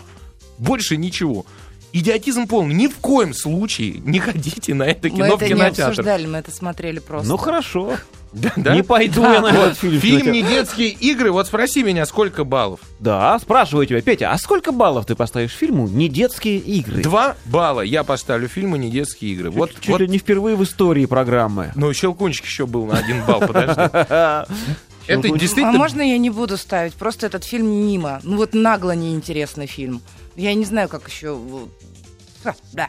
C: больше ничего. Идиотизм полный. Ни в коем случае не ходите на это
B: Мы
C: кино в
B: это не
C: кинотеатр.
B: обсуждали, мы это смотрели просто.
D: Ну хорошо.
C: Да, да?
D: Не пойду я на этот фильм. в
C: Фильм
D: кинотеатр.
C: «Не детские игры». Вот спроси меня, сколько баллов?
D: Да, спрашиваю тебя, Петя, а сколько баллов ты поставишь фильму «Не детские игры»?
C: Два балла я поставлю фильму «Не детские игры». Вот,
D: Чуть
C: вот.
D: ли не впервые в истории программы. <laughs>
C: Ну, Щелкунчик еще был на один балл, подожди. Это
D: Щелкунчик.
B: А
C: действительно...
B: можно я не буду ставить? Просто этот фильм мимо. Ну вот нагло неинтересный фильм. Я не знаю, как еще... Да.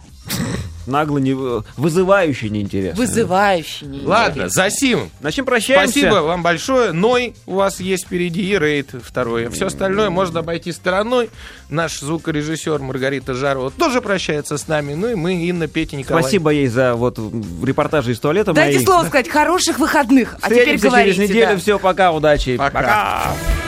D: Нагло не... вызывающе неинтересно.
B: Вызывающий. неинтересный.
C: Ладно, Засим,
D: На чем прощаемся?
C: спасибо вам большое. Ной у вас есть впереди и рейд второе. Все остальное можно обойти стороной. Наш звукорежиссер Маргарита Жарова тоже прощается с нами. Ну и мы, Инна, Петя, Николай.
D: Спасибо ей за вот м, репортажи из туалета
B: Дайте
D: мои.
B: слово сказать. Хороших выходных. А теперь
D: Встретимся
B: говорите.
D: через неделю.
B: да.
D: Все, пока, удачи.
C: Пока.
D: пока.